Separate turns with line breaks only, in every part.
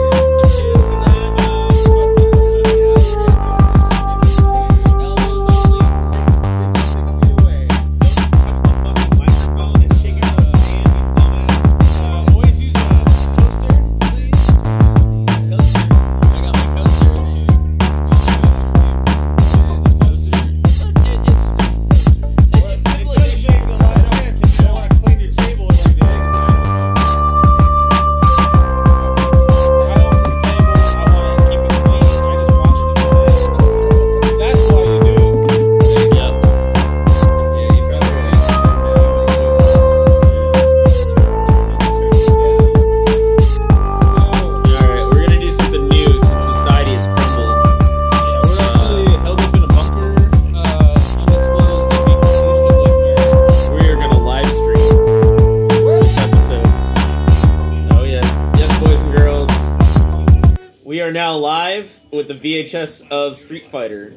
Oh, Uh, Oh, we are now live with the VHS of Street Fighter.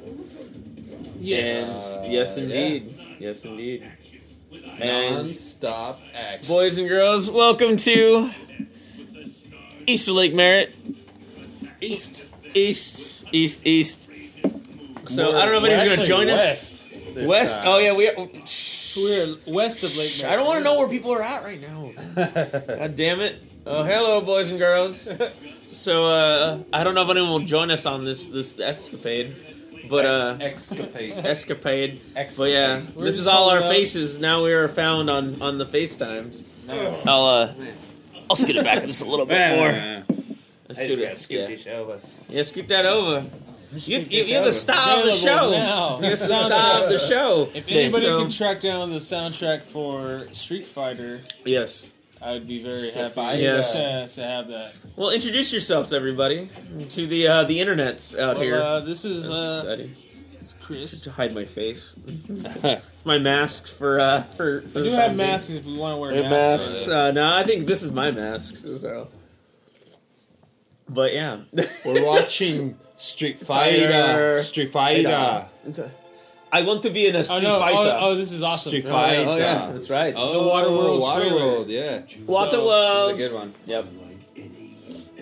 Yes.
And yes,
Uh,
indeed. Yes, indeed. And
Non-stop action.
boys and girls, welcome to Easter Lake Merritt.
East.
East, east, east. So I don't know if
We're
anyone's going to
actually
join
west.
us. West. Oh yeah, we. Are,
We're west of Lake Mary.
I don't want to know where people are at right now. God damn it. Oh, hello, boys and girls. So, uh, I don't know if anyone will join us on this this escapade, but uh,
Excapade.
escapade. But
Excapade.
yeah,
We're
this is
just
all our
holding out.
faces. Now we are found on on the FaceTimes.
No.
I'll uh, I'll scoot it back just a little bit more. Let's
I just gotta
scoot
scoop
it. Yeah.
this over.
yeah, scoot that over. You, you,
this
you're the
over.
star of the show.
Available now.
You're the
Sound-
star of the show.
If anybody
So-
can track down the soundtrack for Street Fighter,
yes.
I'd be very
Street Fighter.
happy
Yes.
to, uh, to have that.
Well, introduce yourselves, everybody, to the uh, the internets out
Well,
here.
Uh, this is
That's
uh,
exciting.
it's Chris.
To hide my face. it's my mask for uh for. for the
We do
time
have
being.
masks if we want to wear
Hey,
masks.
masks.
Uh, no, I think this is my mask. So. But yeah.
We're watching Street Fighter.
Fighter.
Street Fighter.
uh, I want to be in a
Oh
street
no!
fighter.
Oh, oh, this is awesome.
Street
Oh,
Fighter.
yeah, oh, yeah, that's right.
Oh,
Waterworld
Waterworld, yeah.
Waterworld.
That's a good one.
Yep.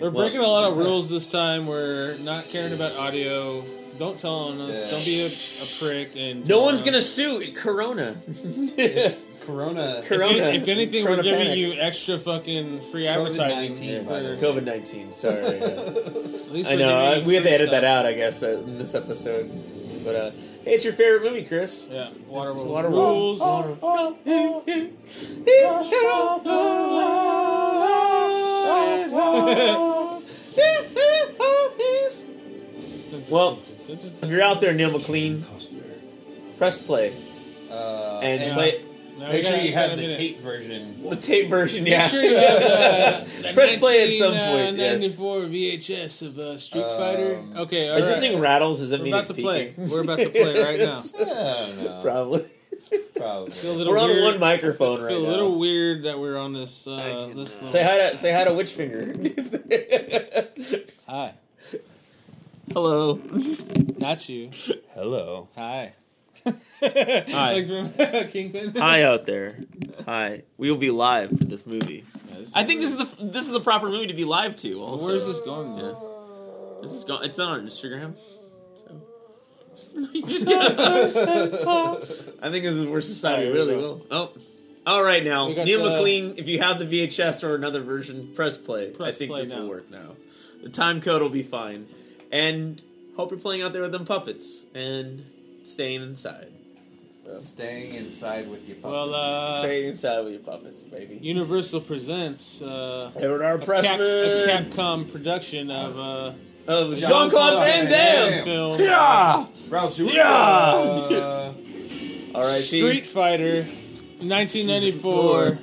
We're
Well-
breaking a lot of rules this time. We're not caring about audio. Don't tell on us.
Yeah.
Don't be a, a prick. And
No
uh,
one's gonna sue Corona.
It's Corona.
Cor-
If,
Corona.
if anything,
Corona
we're giving
panic.
you extra fucking free
COVID-19,
advertising.
by the way.
for-
COVID nineteen. Sorry.
at least
I
we're
know.
giving
I,
you
we have to
free
edit that
stuff.
out, I guess, uh, in this episode. But uh, hey, it's your favorite movie, Chris.
Yeah, water,
It's
water
Waterworld.
rules.
Well, If you're out there, Neil McLean, press play
Uh,
and
yeah.
play
Now we
make sure
got-
you
got a
have the
minute.
tape version.
the tape version.
Make
Yeah,
sure you have the, uh, the uh,
Press play at some point, yes.
1994 VHS of uh, Street
Um,
Fighter. Okay, all
If
right.
this thing rattles, does that
We're
mean
about
it's
to play.
peaking?
We're about to play right now.
I don't know.
Probably.
Probably.
Feel a little
We're on
weird.
one microphone right
Feel a
now.
little weird that we're on this. Uh, this
Say hi to say hi to Witchfinger.
Hi.
Hello.
Not you.
Hello.
Hi. Hi. like from Kingpin.
Hi out there. Hi. We will be live for this movie. I think this is the this is the proper movie to be live to. Also,
Where's this going?
Yeah. This is go- it's not on Instagram. So. You just get I think this is where society
Alright, here we
really
go.
will. Oh. All right now,
We got
Neil
the- uh,
McLean. If you have the VHS or another version, press play. I
Press
think
play
this
now.
will work now. The time code will be fine, and hope you're playing out there with them puppets and staying inside.
Staying inside with your puppets.
Well, uh,
Staying inside with your puppets, baby.
Universal presents uh,
Edward R.
Cap-
Pressman
a Capcom production of uh,
of
Jean-Claude
Jean Claude Van
Van
Damme.
Damme.
film
Yeah.
Ralph Zewicki.
Yeah!
Uh,
All right,
Street Fighter, 1994.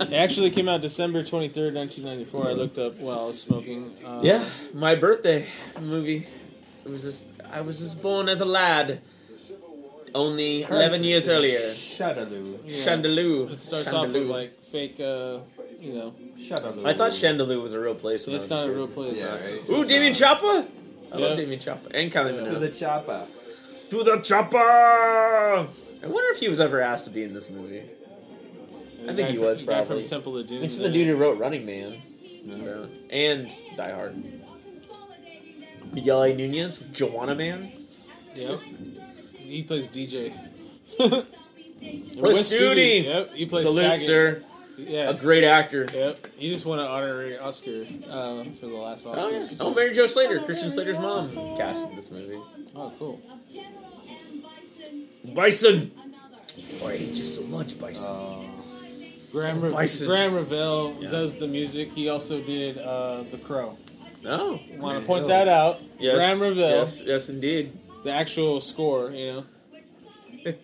it actually came out December 23rd, 1994. I looked up while I was smoking. Uh,
Yeah, my birthday movie. It was just I was just born as a lad, only eleven years earlier.
Shadaloo.
yeah.
Chandelou.
It starts off
Chandelou.
with like fake, uh, you know,
Shadaloo.
I thought Chandelou was a real place. when I
it's
was
not a
kid.
real place.
Yeah, right.
Ooh, Damien Choppa. I
Yeah.
love Damien Choppa and Kylie
Yeah.
Minogue.
To the chopper.
To the Choppa. I wonder if he was ever asked to be in this movie.
The
I think
guy
he
from-
was
the guy
probably.
from Temple of Doom.
It's the
there.
dude who wrote Running Man, so, and Die Hard. Miguel A. Nunez, Joanna Man.
Yep. He plays DJ.
Wes Studi.
Yep. He plays
Salute,
Saget.
sir.
Yeah.
A great actor.
Yep. He just won an honorary Oscar uh, for the last Oscar.
Oh, yeah. oh, Mary Jo Slater, Christian Slater's mom, casted this movie.
Oh, cool.
Bison. Oh, I hate you so much, Bison.
Uh,
Graham, Re-
Bison.
Graham Revell
Yeah.
does the music. He also did uh, The Crow.
no.
Want
Graham
to point
Hill.
that out.
Yes.
Graham Revell,
Yes, yes, indeed.
the actual score, you know.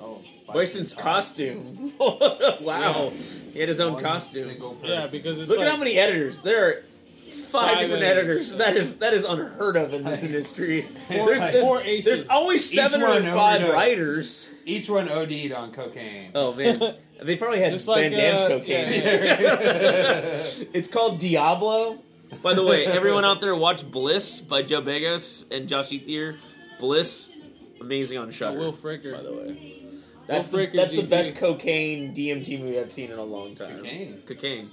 oh,
Bison's costume. wow. He had his own
One
costume.
single person.
Yeah, because it's
Look
like,
at how many editors. There are five,
Five
different editors.
editors.
That is that is unheard of in this industry.
Four-
there's, there's,
four aces.
there's always
Each
seven or
one
five
overdosed.
writers.
each one OD'd on cocaine. Um,
Oh man. They probably had
Just like,
Van Damme's
uh,
cocaine.
yeah, yeah.
it's called Diablo. By the way, everyone out there, watch Bliss by Joe Vegas and Josh Ethier. Bliss, amazing on Shudder.
Will Fricker.
by the way, that's the,
Fricker
that's the
DD.
best cocaine DMT movie I've seen in a long time.
Cocaine.
Cocaine.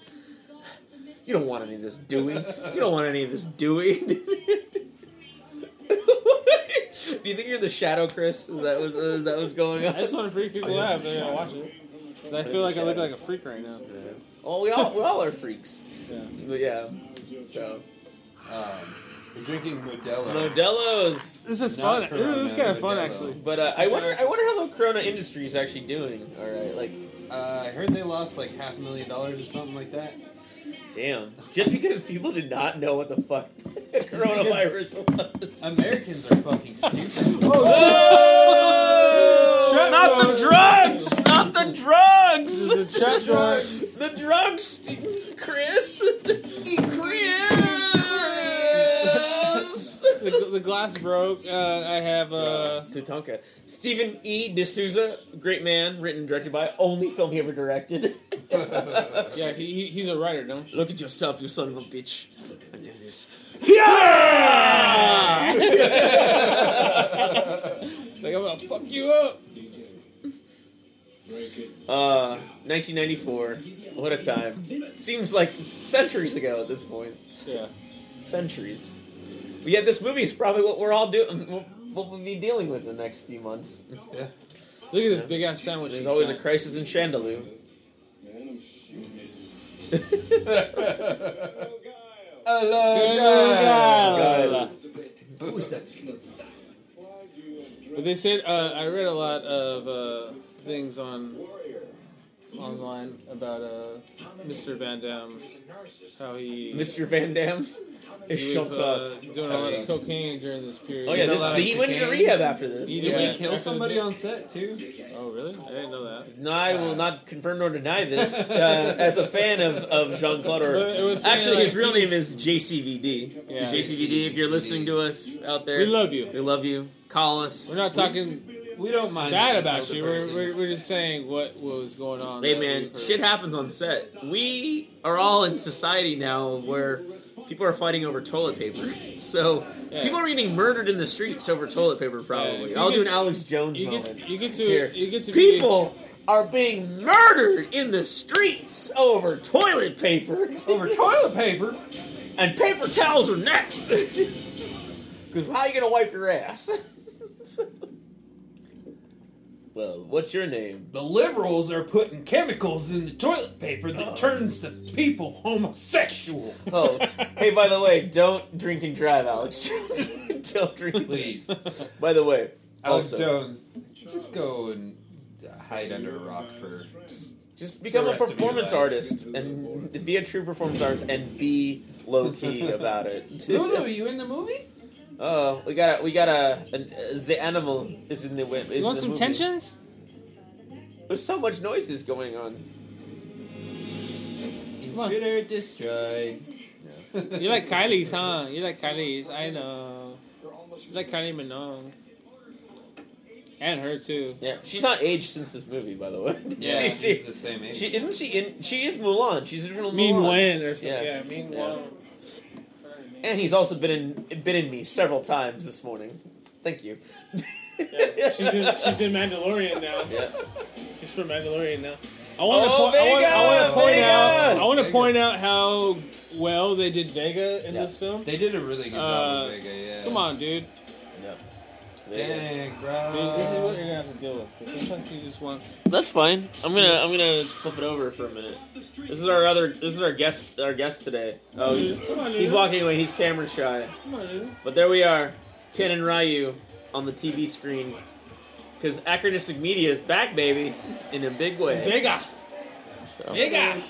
You don't want any of this, do we? You don't want any of this, do we? do you think you're the shadow, Chris? Is that what, is that what's going on?
I just want to freak
Oh,
people out. if They're gonna watch it. 'Cause I feel like I look like a freak right now.
Well, we all we all are freaks.
Yeah.
But yeah. So
Um, we're drinking Modelo.
Modelo's
This is
Not
fun.
Corona,
This is kind of fun,
Modelo.
actually.
But uh, I wonder, I wonder how the Corona industry is actually doing. All right, like,
Uh, I heard they lost like half a million dollars or something like that.
damn, just because people did not know what the fuck coronavirus was.
Americans are fucking stupid.
Whoa!
Oh, Shut
Oh, Not the
up.
drugs! Not the
This
drugs!
is a trap door.
The drugs, Chris. Chris.
The, the glass broke. Uh, I have uh,
Tatanka. Stephen E. D'Souza, great man, written and directed by, only film he ever directed.
yeah. He, he he's a writer, don't?
Look at yourself, you son of a bitch. I did this. Yeah!
It's like I'm gonna fuck you up.
uh, 1994. What a time. Seems like centuries ago at this point.
Yeah.
Centuries. But yeah, this movie is probably what we're all doing. What we'll be dealing with in the next few months.
yeah.
Look at this big ass sandwich.
There's
she's
always a
got.
crisis in Chandelou.
Good
Hello, guys.
guy.
Who is that?
But they said uh, I read a lot of uh, things on online about uh, Mr. Van Damme, how he
Mr. Van Damme?
he was uh,
Jean-Claude.
doing a lot of cocaine during this period.
Oh yeah,
Did a
this,
lot of
he went into
cocaine.
rehab after this.
He
Did
Yeah.
we kill somebody on set too?
Oh really? I didn't know that.
No, I will not confirm nor deny this. Uh, as a fan of, of Jean Claude,
But it was
or
saying,
actually,
like,
his real name
he's-
is JCVD.
Yeah.
JCVD, if you're listening to us out there,
We love you.
We love you. Call us.
We're not talking
We don't mind.
bad
if
about
kill
you.
the
We're,
person.
we're, we're just saying what, what was going on.
Hey
that
man,
we've heard.
shit happens on set. We are all in society now where people are fighting over toilet paper. So
Yeah.
people are getting murdered in the streets over toilet paper. Probably.
you
I'll do
get-
an Alex Jones
You
moment.
get you get to
Here.
you get to be-
People are being murdered in the streets over toilet paper.
over toilet paper.
and paper towels are next. Because how are you going to wipe your ass? well, what's your name?
The liberals are putting chemicals in the toilet paper that turns the people homosexual.
Oh, hey, by the way, don't drink and drive, Alex Jones. don't drink and
Please,
By the way,
Alex
also,
Jones, just go and hide under a rock for.
just become
the
a
rest of your
performance
life.
artist and be a true performance artist and be low key about it.
Lulu, are you in the movie?
Oh, we got a, we got a, an, uh, the animal is in the whip.
You want some tensions?
There's so much noises going on.
on.
Intruder destroy.
You like Kylie's, huh? You like Kylie's. I know. You like Kylie Minogue. And her too.
Yeah, she's not aged since this movie, by the way.
Yeah,
she,
she's the same age.
she- isn't she in? She is Mulan. She's the original Mulan.
Mean Wen or something.
Yeah.
Yeah, Mean
Yeah.
Wen.
And he's also been in been in me several times this morning. Thank you.
Yeah. She's, in, she's in Mandalorian now.
Yeah.
She's from Mandalorian now. I want to
Oh,
po- I wanna- I wanna
Vega!
point
Vega!
out. I want to
Vega.
point out how well they did Vega in
Yeah.
this film.
They did a really good job
Uh,
with Vega, yeah.
Come on, dude.
Dang,
Dude, Uh, this is what
bro.
you're gonna have to deal with. 'cause sometimes you just want.
That's fine. I'm gonna I'm gonna flip it over for a minute. This is our other. This is our guest. Our guest today. Oh, he's
Come on, dude.
he's walking away. He's camera shy.
Come on, dude.
But there we are, Ken and Ryu on the TV screen. Because Acronistic Media is back, baby, in a big way.
Vega.
So-
Vega.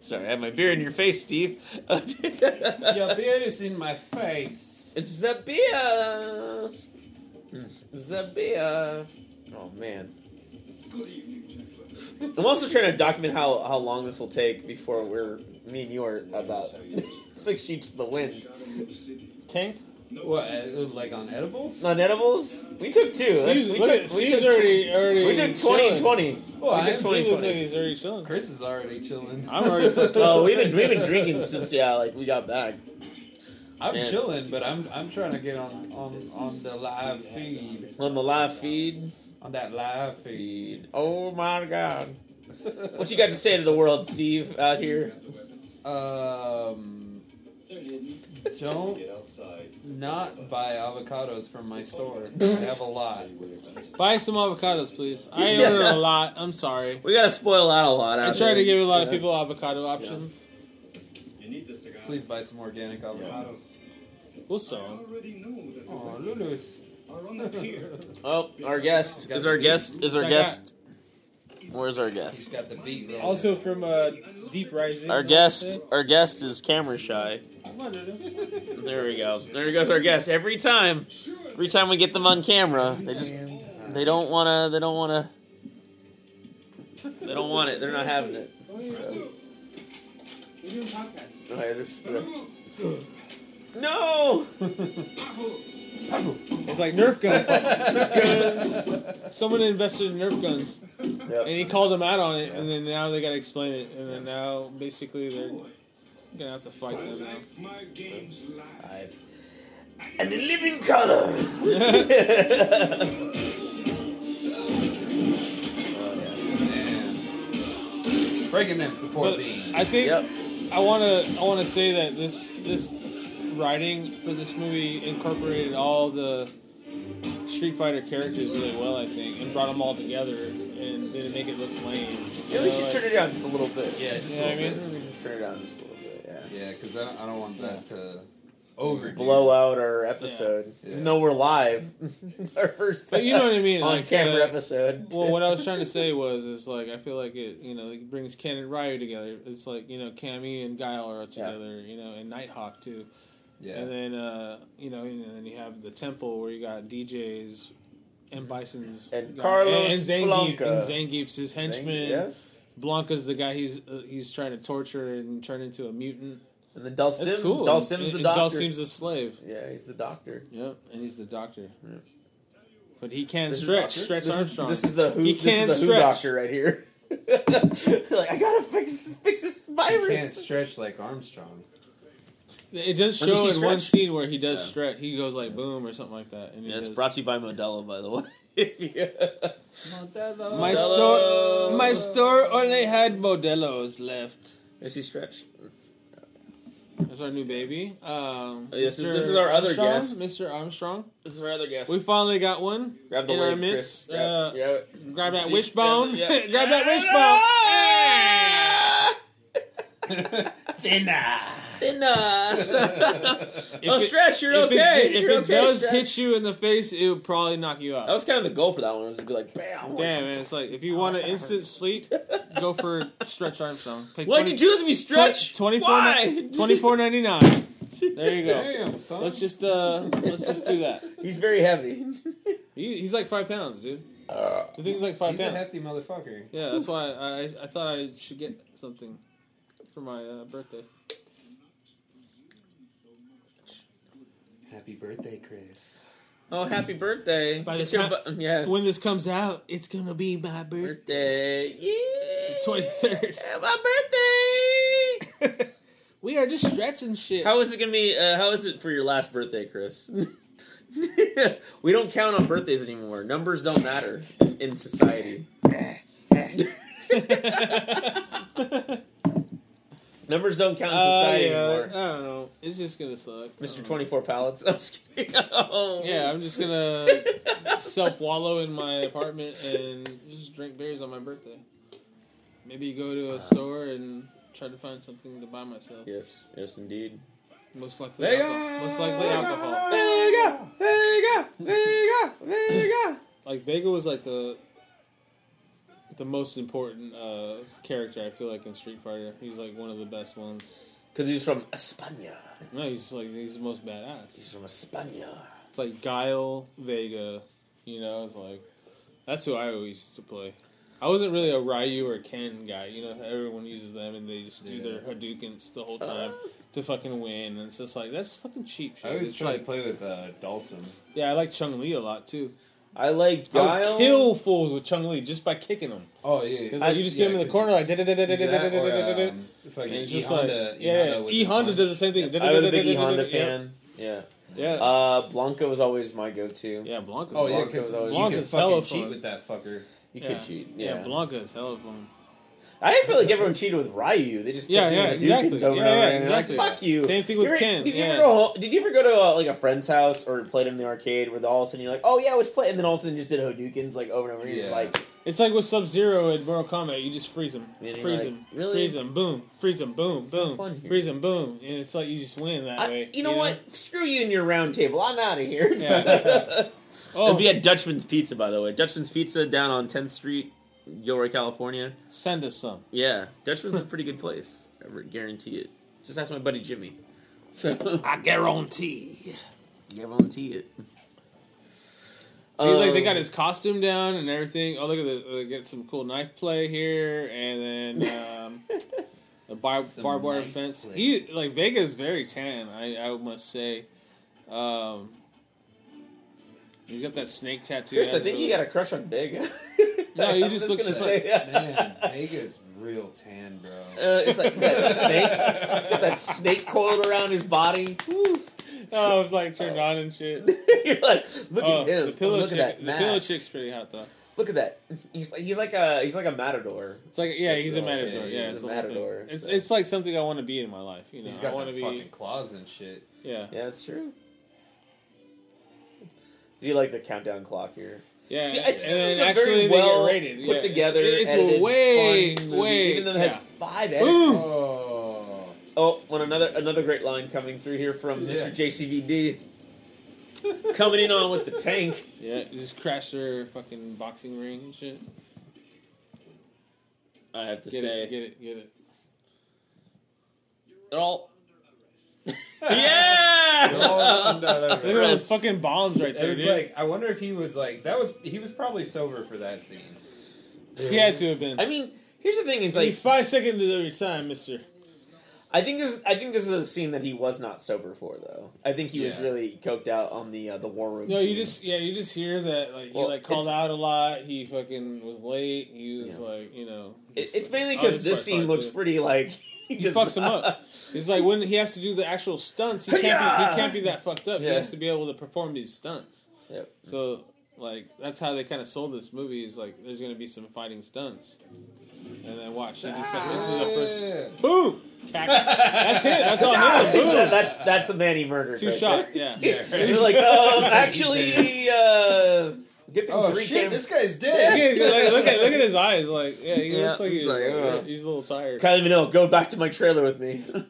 Sorry, I have my beer in your face, Steve.
Your beard is in my face.
It's Zabia. Zabia. Oh man. I'm also trying to document how, how long this will take before we're me and you are about six sheets to the wind.
Tanked.
What, uh, like on edibles?
On edibles, we took two.
Steve's,
we
look
took,
at,
we
Steve's
took,
already already.
we took 20
chilling.
and 20.
Well,
we
I
took 20
am-
and
Steve looks like
20.
he's already chilling.
Chris is already chilling.
I'm already fucked up.
Oh, we've been, we've been drinking since, yeah, like we got back.
I'm
Man.
chilling, but I'm I'm trying to get on, on on the live feed,
On the live feed.
on that live feed.
Oh my god. What you got to say to the world, Steve, out here?
Um, don't
Get outside.
not buy avocados from my store. I have a lot.
Buy some avocados, please. I
Yeah.
ordered a lot. I'm sorry.
We gotta spoil out a lot.
I
out
tried to
there.
give a lot of
Yeah.
people avocado options.
You need the cigar.
Please buy some organic avocados.
We'll
I
sell 'em.
already know that
Oh,
the
Lulu's.
are on the pier.
Oh, our guest is our guest is our
So I
guest. Where's our
He's
guest?
got the beat roll.
Also from uh, Deep Rising.
Our
I'll
guest,
say.
our guest is camera shy.
Come on, Dodo.
There we go. There goes our guest. Every time, every time we get them on camera, they just
uh,
they don't wanna they don't wanna they don't want it. They're not having it. Okay, this is the- no.
It's like Nerf guns. Nerf guns. Someone invested in Nerf guns, and he called them out on it, and then now they gotta explain it, and then now basically they're gonna have to fight them now.
My game's live.
And in living color.
Man. Breaking them support
But
beans.
I think
Yep.
I wanna I wanna say that this this writing for this movie incorporated all the Street Fighter characters really well, I think, and brought them all together and didn't make it look
Maybe
lame. You
we
know,
should
like-
turn it down just a little bit.
yeah, just
you
a
know what I
little
mean?
Maybe just turn it down just a little bit. Yeah.
bit. Yeah, because I don't, I don't want that to over
blow out our episode.
Yeah.
No, we're live. our first
But you know what I mean,
on
like,
camera
uh,
episode.
well, what I was trying to say was, is like I feel like it, you know, it brings Ken and Ryu together. It's like you know, Cammy and Guile are together, you know, and Nighthawk too.
Yeah.
And then uh, you know, and then you have the temple where you got DJs and Bison's
And
guy-
Carlos Blanca.
and Zangief's his henchman.
Yes.
Blanca's the guy he's uh, he's trying to torture and turn into a mutant.
And then Dulcim.
That's cool.
Dulcim's
And-
the
and
doctor.
Dulcim's a slave.
yeah, he's the doctor.
Yep, and he's the doctor.
Yeah.
But he can't
This is
stretch.
doctor?
Stretch
this
Armstrong.
Is, this is the who.
He
this
can't
is the who
stretch.
doctor right here. like I gotta fix fix this
You can't
virus.
stretch like Armstrong.
It does
Or does
show
he
in one
stretch?
scene where he does
Yeah.
stretch. He goes like boom or something like that. And he
Yeah, it's
does-
brought to you by Modelo, by the way. Yeah.
my
Modelo.
store. My store only had Modelo's left.
Is he stretch?
That's our new baby. Um,
Oh, Yes, this-
Mr.
this is our other
Armstrong,
guest.
Mr. Armstrong.
This is our other guest.
We finally got one.
Grab the
in our
leg,
midst,
Chris. Grab-
uh,
grab it.
Grab that
Steve,
wishbone.
grab it, yeah.
Grab that
Thinnas.
wishbone.
oh,
If it-
stretch, you're
if it-
okay.
If it,
you're okay,
does
stretch.
hit you in the face, it would probably knock you out.
that was kind of the goal for that one. Was to be like, bam.
Damn, man. It's like if
Oh,
you want an instant sleep, go for Stretch Armstrong. Pay
Why'd
20
you do that to me, stretch?
Twenty four.
Why?
Twenty four ninety nine. There you go.
Damn, son.
Let's just uh, let's just do that.
He's very heavy.
He, he's like five pounds, dude. The thing's like five
He's a
pounds.
hefty motherfucker.
yeah, that's why I I thought I should get something for my uh, birthday.
Happy birthday, Chris.
Oh, happy birthday!
By the
It's your
time-
bu- yeah,
When this comes out, it's gonna be my birthday.
birthday, yeah,
23rd.
my birthday.
we are just stretching shit.
How is it gonna be? Uh, how is it for your last birthday, Chris? we don't count on birthdays anymore. Numbers don't matter in, in society. Numbers don't count in
Uh,
society
yeah, I
anymore.
don't know. It's just gonna suck. I
Mr.
don't
Twenty Four Pallets. I'm just kidding.
know. Yeah, I'm just gonna self wallow in my apartment and just drink beers on my birthday. Maybe go
Uh.
to a store and try to find something to buy myself.
Yes, yes, indeed.
Most
There
likely,
you
alcohol.
go.
most likely
There you
alcohol.
There you go. There you go. There you go. There you go.
Like Vega was like the the most important uh, character I feel like in Street Fighter. He's like one of the best ones.
Because he's from España.
No, he's like he's the most
He's
badass.
from España.
It's like Guile, Vega. You know, it's like that's who I always used to play. I wasn't really a Ryu or Ken guy. You know, everyone uses them and they just do their Hadoukens the whole time to fucking win. And it's just like that's fucking cheap shit.
I always
It's
try
like-
to play with uh, Dawson.
yeah, I like Chung Li a lot too.
I like
I
Guile.
would kill fools with Chung Li just by kicking them.
Oh yeah,
It's like you just get him in the corner like
That or,
da-da-da-da-da-da-da-da-da.
um, fucking
And it's
E
just like
Honda.
yeah, E Honda does the same thing.
I was a big E Honda fan. Yeah.
Yeah,
Uh, Blanca was always my go-to.
yeah, Blanca's
Oh yeah,
Blanca
because
was always-
you can
Blanca's
fucking
hella fun.
cheat with that fucker.
You
Yeah.
could cheat. Yeah.
yeah, Blanca is hell of them.
I didn't feel like everyone cheated with Ryu. They just kept
Yeah,
doing
yeah,
the
exactly.
Dukins over
Yeah,
and over
yeah,
again. Like,
exactly.
fuck you.
Same thing with
You ever-
Ken,
Did you
yeah.
ever go? home- Did you ever go to uh, like a friend's house or played in the arcade where the, all of a sudden you're like, oh yeah, let's play, and then all of a sudden you just did Hodoukens like over and over again.
Yeah.
Like
It's like with Sub Zero in Mortal Kombat, you just freeze him,
Yeah, you're
freeze
like,
him,
really?
freeze him, boom, freeze him, boom,
not
boom,
fun here.
freeze him, boom, and it's like you just win that
I-
way.
you know what? Screw you and your round table. I'm out of here.
Yeah.
It'll
Oh,
be at Dutchman's Pizza, by the way. Dutchman's Pizza down on 10th Street, Gilroy, California.
send us some.
Yeah, Dutchman's a pretty good place. I re- guarantee it. Just ask my buddy Jimmy. So
I guarantee.
guarantee it. Um,
See, like they got his costume down and everything. Oh, look at the uh, get some cool knife play here, and then um, the bar,
Some
barbed wire
knife
fence.
play.
He like Vega's very tan. I I must say, um, he's got that snake tattoo.
Chris, I
That's
think you
really-
got a crush on Big.
No, you just look
gonna
just
say
Man, Vega's real tan, bro.
Uh, it's like that snake, got that snake coiled around his body.
Oh, it's like turned
Uh,
on and shit.
You're like, look
Oh,
at him.
the pillow
look
chick.
at that
the pillow
mask.
chick's pretty hot though.
Look at that. He's like he's like a he's like a matador.
It's like yeah,
That's
he's a
the- yeah,
matador. Yeah,
he's
it's
a
the whole thing.
matador,
It's
so.
it's like something I want to be in my life. You know,
He's
I
got
want
the
to be.
fucking claws and shit.
Yeah,
Yeah, that's true. Do you like the countdown clock here?
yeah.
See, I
and
think this
then
is a
actually
very
they
well
get rated. Yeah,
put
it's-
together.
It's,
edited,
way,
fun movie,
way.
Even though it has
yeah.
five
Boom!
editors.
Oh,
Oh, when another another great line coming through here from
Yeah.
Mr. JCVD. coming in on with the tank.
Yeah, just crash their fucking boxing ring and shit.
I have to
Get
say,
it, get it, get it.
it all. yeah.
They're all under that
Look at those
Rest.
fucking bombs right
It
there,
was
dude.
like I wonder if he was like that was he was probably sober for that scene.
he had to have been.
I mean, here's the thing: is
Give me
like,
five seconds of your time, Mister.
I think this, I think this is a scene that he was not sober for, though. I think he was
Yeah.
really coked out on the uh, the war room.
No, you
scene.
just yeah, you just hear that like
Well,
he like called
it's-
out a lot. He fucking was late. He was
Yeah.
like you know.
It,
just
it's
like-
mainly
oh,
because
part's
this scene
hard,
looks
too.
pretty like he,
He
does
fucks him
not-
up. It's like when he has to do the actual stunts, he can't be, he can't be that fucked up. He
Yeah.
has to be able to perform these stunts.
Yep.
So like that's how they kind of sold this movie. Is like there's gonna be some fighting stunts, and then watch. They just like this is the first
Ah.
boom. Cack. That's it. That's all him.
That-
Boom.
that's that's the man he murdered.
Two
right
shot.
there.
Yeah.
Yeah.
He's like, um, actually, uh, get the
Oh
three
shit!
cam-
This guy's
Look
dead.
at, like, look at look at his eyes, like yeah, he
Yeah,
looks like
he's
he's,
like, "Ugh."
he's a little tired.
Kylie Minogue, go back to my trailer with me.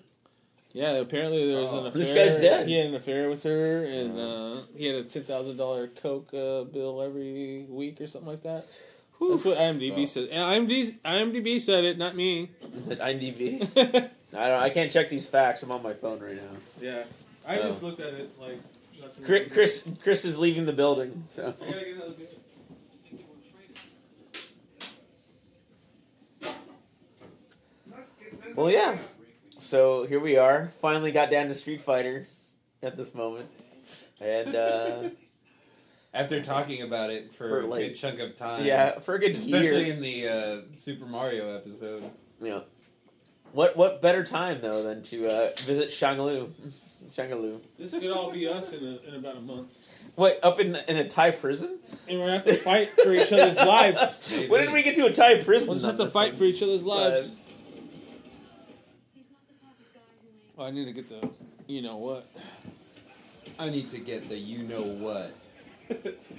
Yeah, apparently there was an
Oh.
affair.
This guy's dead.
He had an affair with her, and uh, he had a ten thousand dollar coke uh, bill every week or something like that. That's what IMDb says. And IMDb, IMDb said it, not me.
At IMDb.
yeah,
I don't. I can't check these facts. I'm on my phone right now.
I
just
looked at it like.
Oh. Chris, Chris, Chris is leaving the building. So well, yeah. So here we are. Finally got down to Street Fighter at this moment, and uh,
After talking about it for,
For,
a
like-
good chunk of time,
yeah, for a good
especially
year.
in the uh, Super Mario episode.
Yeah. What what better time though than to uh, visit Shangalu, Shangalu?
This could all be us in, a, in about a month,
What up in in a Thai prison?
and we're gonna have to fight for each other's lives.
when did we get to a Thai prison?
We'll just
on
have to
this
fight
one?
for each other's lives.
Lives.
Well, I need to get the, you know what?
I need to get the you know what.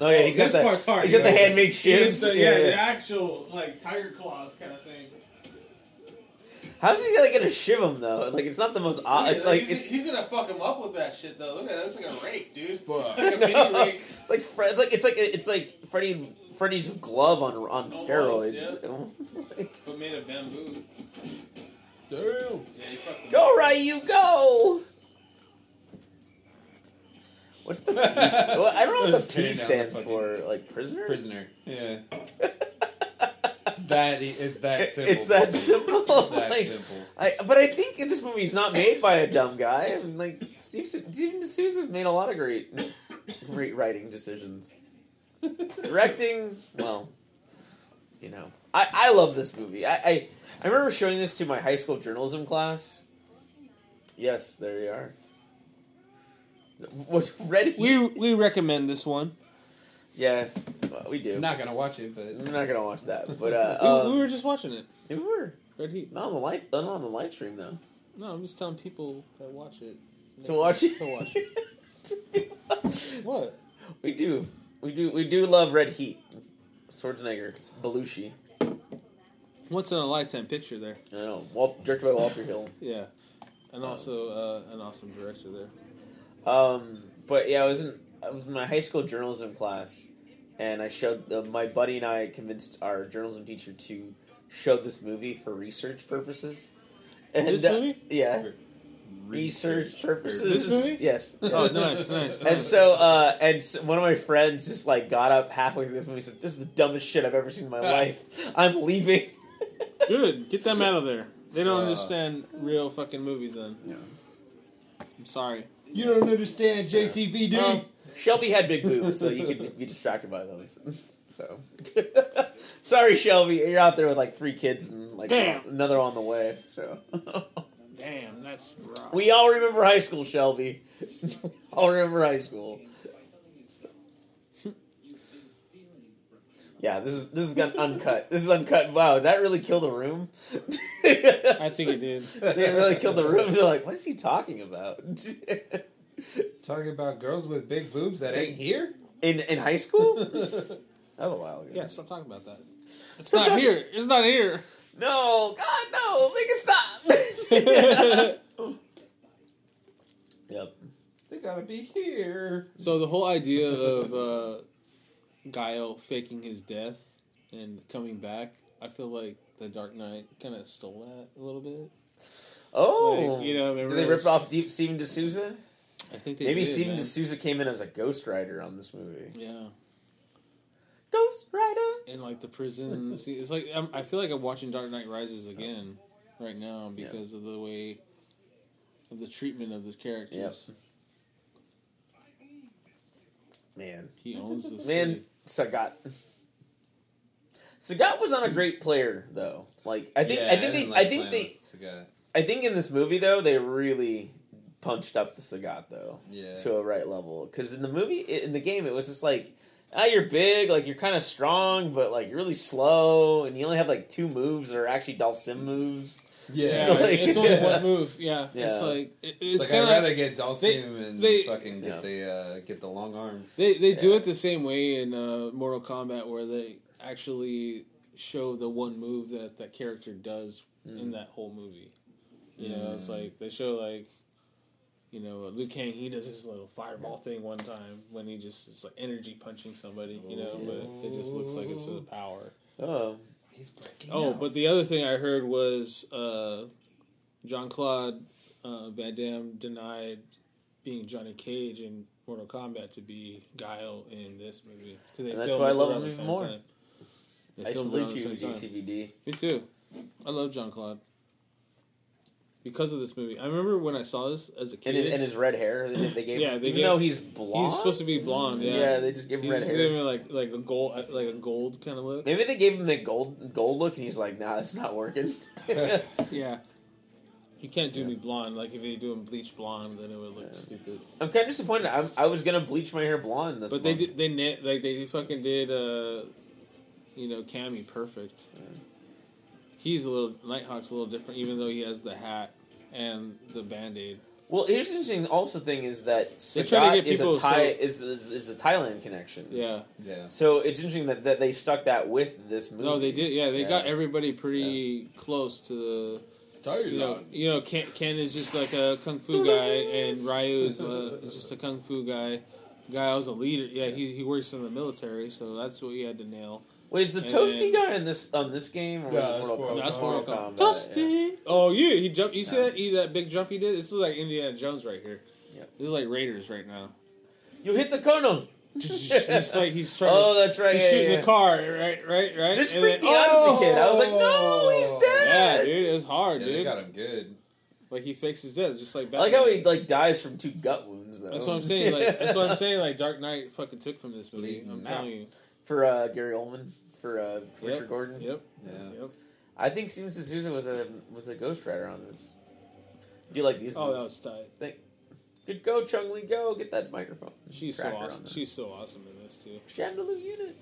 Oh yeah, he's got
this
the
part's hard.
he's got the
Yeah.
handmade
It's
shivs.
the,
Yeah,
yeah,
yeah.
the actual like tiger claws kind of thing.
How's he like gonna shiv him though? Like it's not the most.
Yeah,
odd it's like
he's,
it's,
he's gonna fuck him up with that shit though. Look at that, that's like a rape, dude.
Fuck.
Like a mini rape.
it's like Fre- it's like it's like it's like Freddy Freddy's glove on on steroids. Like,
But made of bamboo.
Damn.
Yeah, he fucked him up.
go Ryu, go! What's the P? well, I don't know what
Those
the P
tearing down the
stands
fucking
for. Like prisoner.
Prisoner. Yeah. that. e- It's that
It-
simple.
It's that simple.
That
Like,
simple.
I, but I think this movie's not made by a dumb guy. I mean, like Steve, Se- Steven D'Souza made a lot of great, great writing decisions. Directing, well, you know, I, I love this movie. I, I I remember showing this to my high school journalism class. Yes, there you are. What red? Heat-
We we recommend this one.
yeah, well, we do.
I'm not gonna watch it, but
I'm not gonna watch that, but uh,
We-
um,
we, were just watching it.
we were
Red Heat.
not on the live, not on the live stream though.
No, I'm just telling people that watch it.
to watch it.
To watch it. What?
we do, we do, we do love Red Heat. Schwarzenegger, Belushi.
Once in a lifetime picture there.
I know. Walt, directed by Walter Hill.
Yeah. And also uh, an awesome director there.
Um, but yeah, I was in I was in my high school journalism class, and I showed uh, my buddy and I convinced our journalism teacher to show this movie for research purposes. And,
This
uh,
movie?
yeah, research purposes.
This movie?
Yes.
Oh,
yes.
nice, nice.
And
nice.
so, uh, and s one of my friends just like got up halfway through this movie and said, "This is the dumbest shit I've ever seen in
Ah.
my life. I'm leaving."
Dude, get them out of there. They don't
Uh,
understand real fucking movies then.
Yeah.
I'm sorry.
You don't understand JCVD.
Well, Shelby had big boobs, so you could be distracted by those. So, sorry, Shelby, you're out there with like three kids and like
Damn.
another on the way. So,
Damn, that's rough.
we all remember high school, Shelby. all remember high school. Yeah, this is this is gonna uncut. This is uncut. Wow, that really killed the room.
I think it did.
they really killed the room. They're like, what is he talking about?
Talking about girls with big boobs that ain't here.
in in high school? That was a while ago.
Yeah, stop talking about that. It's
Stop
not
talking-
here. It's not here.
No, God, no, make it stop. yep.
They gotta be here.
So the whole idea of uh, Guile faking his death and coming back, I feel like the Dark Knight kind of stole that a little bit.
Oh,
Like, you know, remember
did they rip
those-
off Deep Steven D'Souza?
I think they
Maybe
did,
Steven
man.
D'Souza came in as a ghostwriter on this movie.
Yeah,
Ghostwriter.
and like the prison. see, it's like I'm, I feel like I'm watching Dark Knight Rises again right now because of the way of the treatment of the characters.
Man,
He owns this.
man,
city.
Sagat. Sagat was not a great player though. Like I think, I think they, I think they, I think in this movie though they really punched up the Sagat though.
Yeah.
to a right level. Because in the movie, in the game, it was just like, ah, you're big, like you're kind of strong, but like you're really slow, and you only have like two moves that are actually Dalsim moves.
Yeah.
Yeah,
like-
it's only one move. Yeah,
Yeah.
it's like it,
It's
it's
like I'd
kind of
rather get Dalsim
they-
and
they-
fucking
Yeah.
get the uh, get the long arms.
They they do
Yeah.
it the same way in uh, Mortal Kombat where they actually show the one move that that character does
Mm.
in that whole movie. You know, it's like they show like, you know, uh, Liu Kang he does his little fireball thing one time when he just is like energy punching somebody. You know, but it just looks like it's a power.
Oh,
He's breaking.
Oh,
out.
but the other thing I heard was uh, John Claude uh, Van Damme denied being Johnny Cage in Mortal Kombat to be Guile in this movie. 'Cause they
And that's
filmed
why I
it
love
around
him
the
even
same
more.
time. They
I
filmed it around
salute
the
you, E
same time.
GCVD.
Me too. I love John Claude because of this movie. I remember when I saw this as a kid.
And his, and his red hair, they, they gave.
Yeah, they
even
gave-
though he's blonde,
he's supposed to be blonde. Yeah,
Yeah, they just gave him
He's
red
just
hair.
giving him, like like a gold like a gold kind of look.
Maybe they gave him the gold gold look, and he's like, "Nah, it's not working." I'm
Yeah. You can't do me blonde. Like if they do them bleach blonde, then it would look stupid.
kind of disappointed. I'm, I was gonna bleach my hair blonde this,
But they
month.
did, they na- like they fucking did uh you know Cammy perfect. He's a little Nighthawk's a little different, even though he has the hat and the band aid.
Well, here's the interesting. Also, thing is that
They try to
Sagat
get
is a
people
Thai
so-
is, is is the Thailand connection.
Yeah.
yeah.
So it's interesting that, that they stuck that with this movie.
No, they did. Yeah, they
Yeah.
got everybody pretty close to the you know, you know Ken, Ken is just like a kung fu guy, and Ryu is, uh is just a kung fu guy. Guy was a leader. Yeah, he, he works in the military, so that's what he had to nail.
Wait, is the
And
toasty
then-
guy in this on this game or was
No,
it
that's
Mortal Kombat?
Mortal
That's Mortal Kombat.
yeah.
Oh yeah, he jumped. You see that? He, that big jump he did. This is like Indiana Jones right here.
Yep.
This is like Raiders right now.
You hit the colonel.
It's like he's trying.
Oh,
to,
that's right,
He's
yeah,
shooting
yeah.
the car. Right, right, right.
This
And
freaked
then-
me out as a kid. I was like, no,
Oh.
he's
Yeah,
dead.
dude, it was hard,
Yeah, they
dude.
got him good.
Like he fakes his death, just like
I
Batman.
like how he like dies from two gut wounds though.
That's what I'm saying. Like that's what I'm saying. Like Dark Knight fucking took from this movie. I'm
Bleeding
telling you.
for uh, Gary Oldman for uh, Commissioner Gordon.
Yep.
Yeah.
Yep.
I think Steven D'Souza was a was a ghostwriter on this. Do you like these?
Oh,
movies?
that was tight.
Good go, Chung Lee, go get that microphone.
She's so
Cracker on
awesome.
that.
She's so awesome in this too.
Chandelier unit.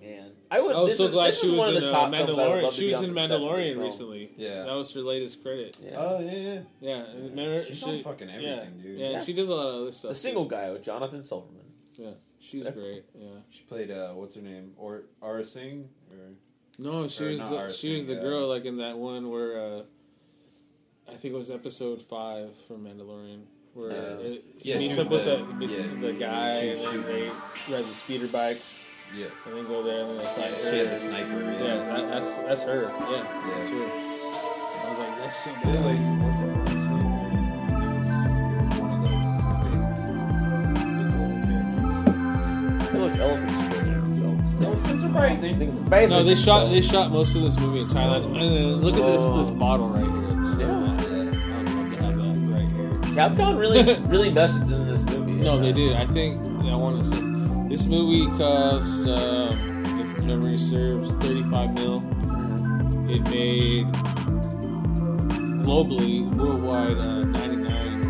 Man, I would.
I was
this
so
is,
glad
this
she
is
was
one
in
of the
uh,
top films I would
Mandalorian.
love to
She
be
was
on
in
the set for this
Mandalorian
role.
recently.
Yeah.
That was her latest credit.
Yeah.
Oh yeah, yeah.
Yeah, and remember
She's
she,
on fucking everything,
yeah,
dude.
Yeah,
Yeah.
she does a lot of other stuff.
the single guy with Jonathan Silverman.
too. Yeah, she's
Yeah.
great. Yeah.
She played uh, what's her name? Or Ara Singh? Or
No, she
Or
was
not
the,
our
she was the
thing, uh,
girl like in that one where uh, I think it was episode five from Mandalorian where
Uh,
it
yeah,
meets
she
up
was
with
the-
the, meets
yeah.
the guy
She-
and then they ride the speeder bikes
yeah,
and then go there and then they fight her.
she had the sniper.
yeah,
Yeah.
that, that's that's her. Yeah, that's her. I was like, that's so good.
Anyways, what's that one scene? It was- it was one of those big- big old
They look
characters.
elephants for themselves.
Elephants are right. They,
No, they shot they shot most of this movie in Thailand. And then look at this this model right here. It's so
Yeah.
nice. I would love to have that right here.
Capcom really really invested in this movie.
No, they did. I think I want to say this movie cost, um, if memory serves, thirty-five mil. It made globally, worldwide, uh, ninety-nine,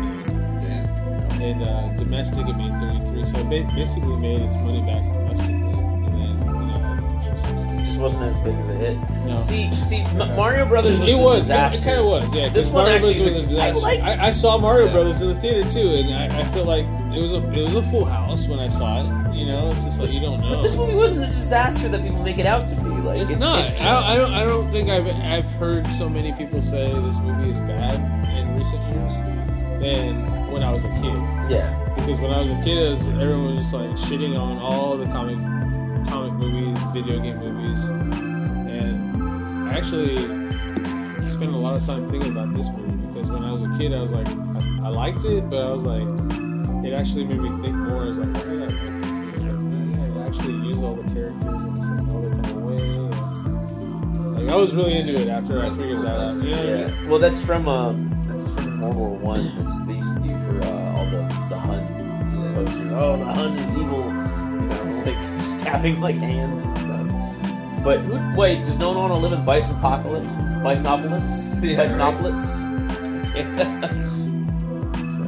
yeah.
mil. and uh, domestic it made thirty-three. So it ba- basically made its money back domestically, and then you know, it's just-
It just wasn't as big as a hit.
No.
See, see, M- Mario Brothers. Was
it
a
was. It
disaster.
kind of was. Yeah. 'cause
This one
Mario
actually is
Brothers was
a-
a
I
disaster.
like-
I, I saw Mario
Yeah.
Brothers in the theater too, and I, I feel like it was a it was a full house when I saw it. You know, it's just like you don't know.
But this movie wasn't a disaster that people make it out to be. Like
it's, not.
it's-
I, don't, I don't. I don't think I've I've heard so many people say this movie is bad in recent years than when I was a kid.
yeah,
Because when I was a kid, it was, everyone was just like shitting on all the comic comic movies, video game movies, and I actually spent a lot of time thinking about this movie because when I was a kid, I was like, I, I liked it, but I was like, it actually made me think more. I was like, why did I like this movie? Like, man, it actually used all the characters in some other kind of way. Like, I was really into it after I
That's
figured that out.
fantastic.
You know what I mean?
yeah. Well, that's from um, that's from World War One. That's what they used to do for uh, all the the Hun posters. Oh, the Hun is evil. You know, like stabbing like hands and stuff. But who, wait, does no one want to live in Bison Apocalypse? Bisonopolis?
Yeah, right.
Bisonopolis?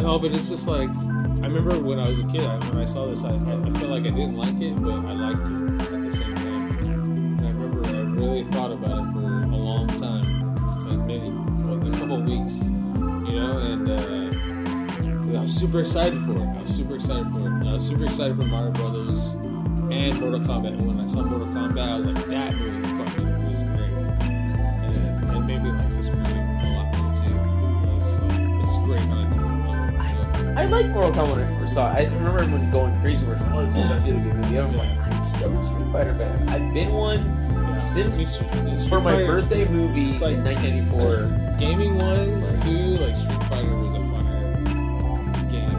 No, but it's just like I remember when I was a kid. I, when I saw this, I, I, I felt like I didn't like it, but I liked it at the same time. And I remember I really thought about it for a long time, like many, like a couple weeks, you know. And uh, I was super excited for it. I was super excited for it. And I was super excited for Mario Brothers and Mortal Kombat. And when I saw Mortal Kombat, I was like, that movie fucking was great. And, and maybe like this movie a lot more too. uh, So it's great on a different level. Yeah.
I like Mortal Kombat when I first saw it. I remember when going crazy where it's like, oh, this is my favorite game of the year. I'm like, I'm still a Street Fighter fan. I've been one Since-
It's- it's
for my
Street Fighter-
birthday movie
Like-
in 1994.
gaming wise too, like Street Fighter was a funner game.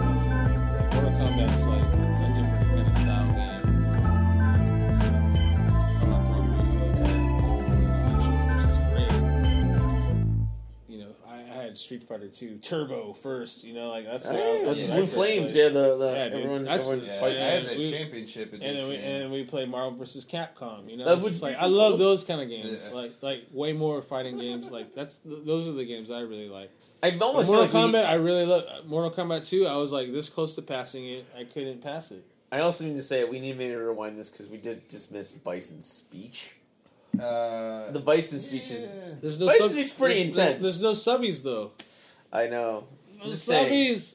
Mortal Kombat's like a different kind of style game. A lot more moves and action, which is great. You know, I, I had Street Fighter 2 Turbo first. You know, like that's what I,
That's
that's
yeah,
what I
Blue
first
Flames,
played.
yeah, the, the
Yeah, dude.
everyone,
That's-
everyone
Yeah, I
fighting.
had that
we-
championship edition.
And then we and we play Marvel versus Capcom. You know,
That
it's
was
just like I
beautiful.
love those kind of games.
Yeah.
Like like way more fighting games. Like that's th- those are the games I really like.
I almost feel
Mortal
like we need-
Kombat, I really love uh, Mortal Kombat 2. I was like this close to passing it. I couldn't pass it.
I also need to say we need to maybe rewind this because we did dismiss Bison's speech.
uh,
The Bison speech is,
There's no
Vice City's pretty
there's- there's-
intense.
There's, no subbies though.
I know,
No
Just saying.
subbies.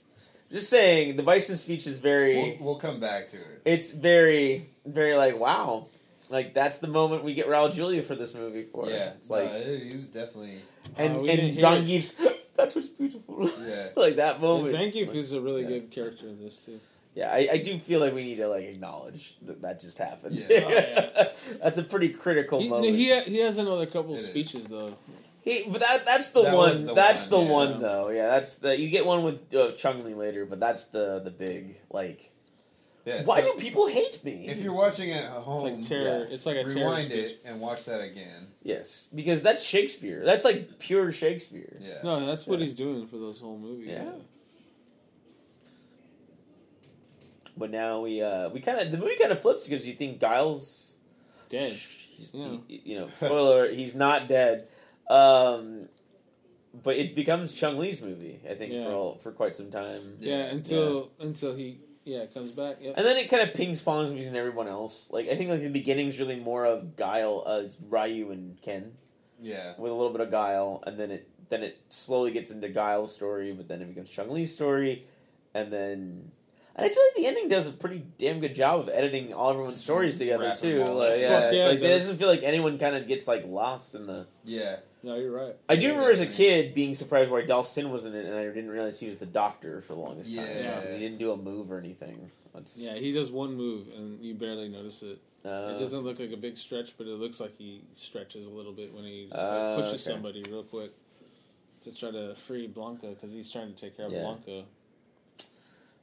just saying, the Bison speech is very,
We'll, we'll come back to it.
it's very, very like wow, like that's the moment we get Raul Julia for this movie for.
Yeah,
it's like
no, it, it was definitely
and
Uh, we
and
didn't hear it.
Zangief's that was beautiful.
yeah.
like that
And
moment.
Zangief is a really
Yeah.
good character in this too.
Yeah, I, I do feel like we need to like acknowledge that that just happened.
Yeah.
Oh, yeah.
That's a pretty critical
He, no,
moment.
he ha- he has another couple
It is.
speeches though.
He, but that that's the
That was
one.
the
that's
one,
the
yeah.
one though. Yeah, that's the you get one with uh, Chung Li later, but that's the the big like.
Yeah,
Why
so
do people hate me?
If you're watching it at home,
like terror. It's like a terror
rewind
speech.
it and watch that again.
yes, because that's Shakespeare. That's like pure Shakespeare.
Yeah.
No, that's what
Yeah.
he's doing for this whole movie.
Yeah. But now we uh we kind of the movie kind of flips because you think Giles
Dead.
he's-
Yeah.
he- you know, spoiler, he's not dead. Um, but it becomes Chung Lee's movie, I think,
Yeah.
for all, for quite some time.
Yeah,
Yeah,
until until he yeah comes back. Yep.
And then it kind of ping pongs between everyone else. Like I think like the beginning's really more of Guile, uh, it's Ryu and Ken
Yeah.
with a little bit of Guile, and then it then it slowly gets into Guile's story, but then it becomes Chung Lee's story, and then and I feel like the ending does a pretty damn good job of editing all everyone's stories together
Wrap
too.
them all
Like
up.
yeah,
Fuck yeah,
like
it
it
does.
doesn't feel like anyone kind of gets like lost in the.
Yeah.
No, you're right.
I do
Yeah,
remember as a
definitely.
kid being surprised why Dalsin was in it, and I didn't realize he was the doctor for the longest time.
Yeah.
he didn't do a move or anything. That's,
Yeah, he does one move and you barely notice it.
uh,
it doesn't look like a big stretch, but it looks like he stretches a little bit when he just, like,
Uh,
pushes
okay.
somebody real quick to try to free Blanca because he's trying to take care of
Yeah.
Blanca.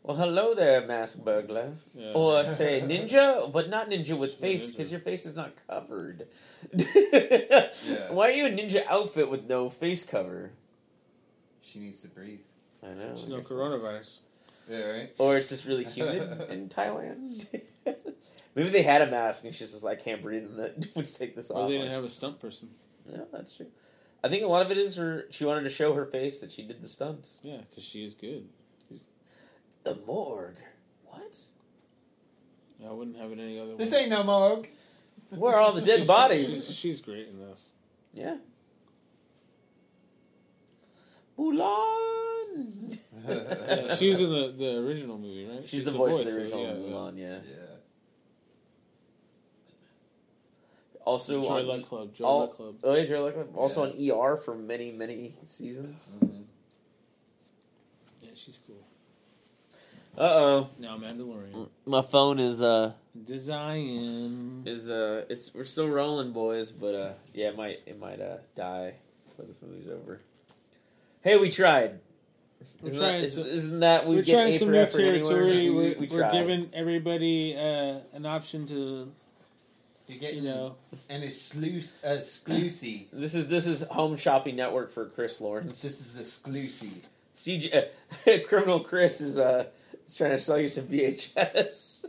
Well, hello there, mask burglar.
Yeah.
Or say ninja, but not ninja with face
ninja.
because your face is not covered.
Yeah.
Why are you in ninja outfit with no face cover?
She needs to breathe.
I know.
There's
I
no
guess.
coronavirus.
Yeah, right?
Or it's just really humid in Thailand. Maybe they had a mask and she's just like, I can't breathe and that let's take this
Or
off.
they didn't have a stunt person.
no, that's true. I think a lot of it is her. She wanted to show her face that she did the stunts.
Yeah, because she is good.
The morgue. What?
Yeah, I wouldn't have it any other
This
way.
ain't no mug.
Where are all the dead
She's-
bodies?
She's, she's great in this.
Yeah. Mulan.
Yeah, she was in the, the original movie, right?
She's, the, voice, of
so
the original
yeah,
Mulan. Yeah.
Yeah.
Also
Joy
on
Luck
E-
Club. Joy
all-
Luck Club.
Oh yeah, Joy Luck Club. Also
Yeah.
on ER for many many seasons.
Mhm.
Yeah, she's cool.
Uh oh.
Now Mandalorian.
My phone is uh
Design.
is uh it's we're still rolling boys, but uh yeah it might it might uh die before this movie's over. Hey, we tried.
We're
isn't,
trying
that, isn't,
some-
isn't that we
We're
get
trying
A
some
for
new
effort anywhere? We-
territory. We're,
we
we're
tried.
giving everybody uh, an option to,
You're getting
you know,
an exclus- exclusive.
This is this is Home Shopping Network for Chris
this
Lawrence.
is exclusive.
CJ uh, Criminal Chris is uh is trying to sell you some VHS.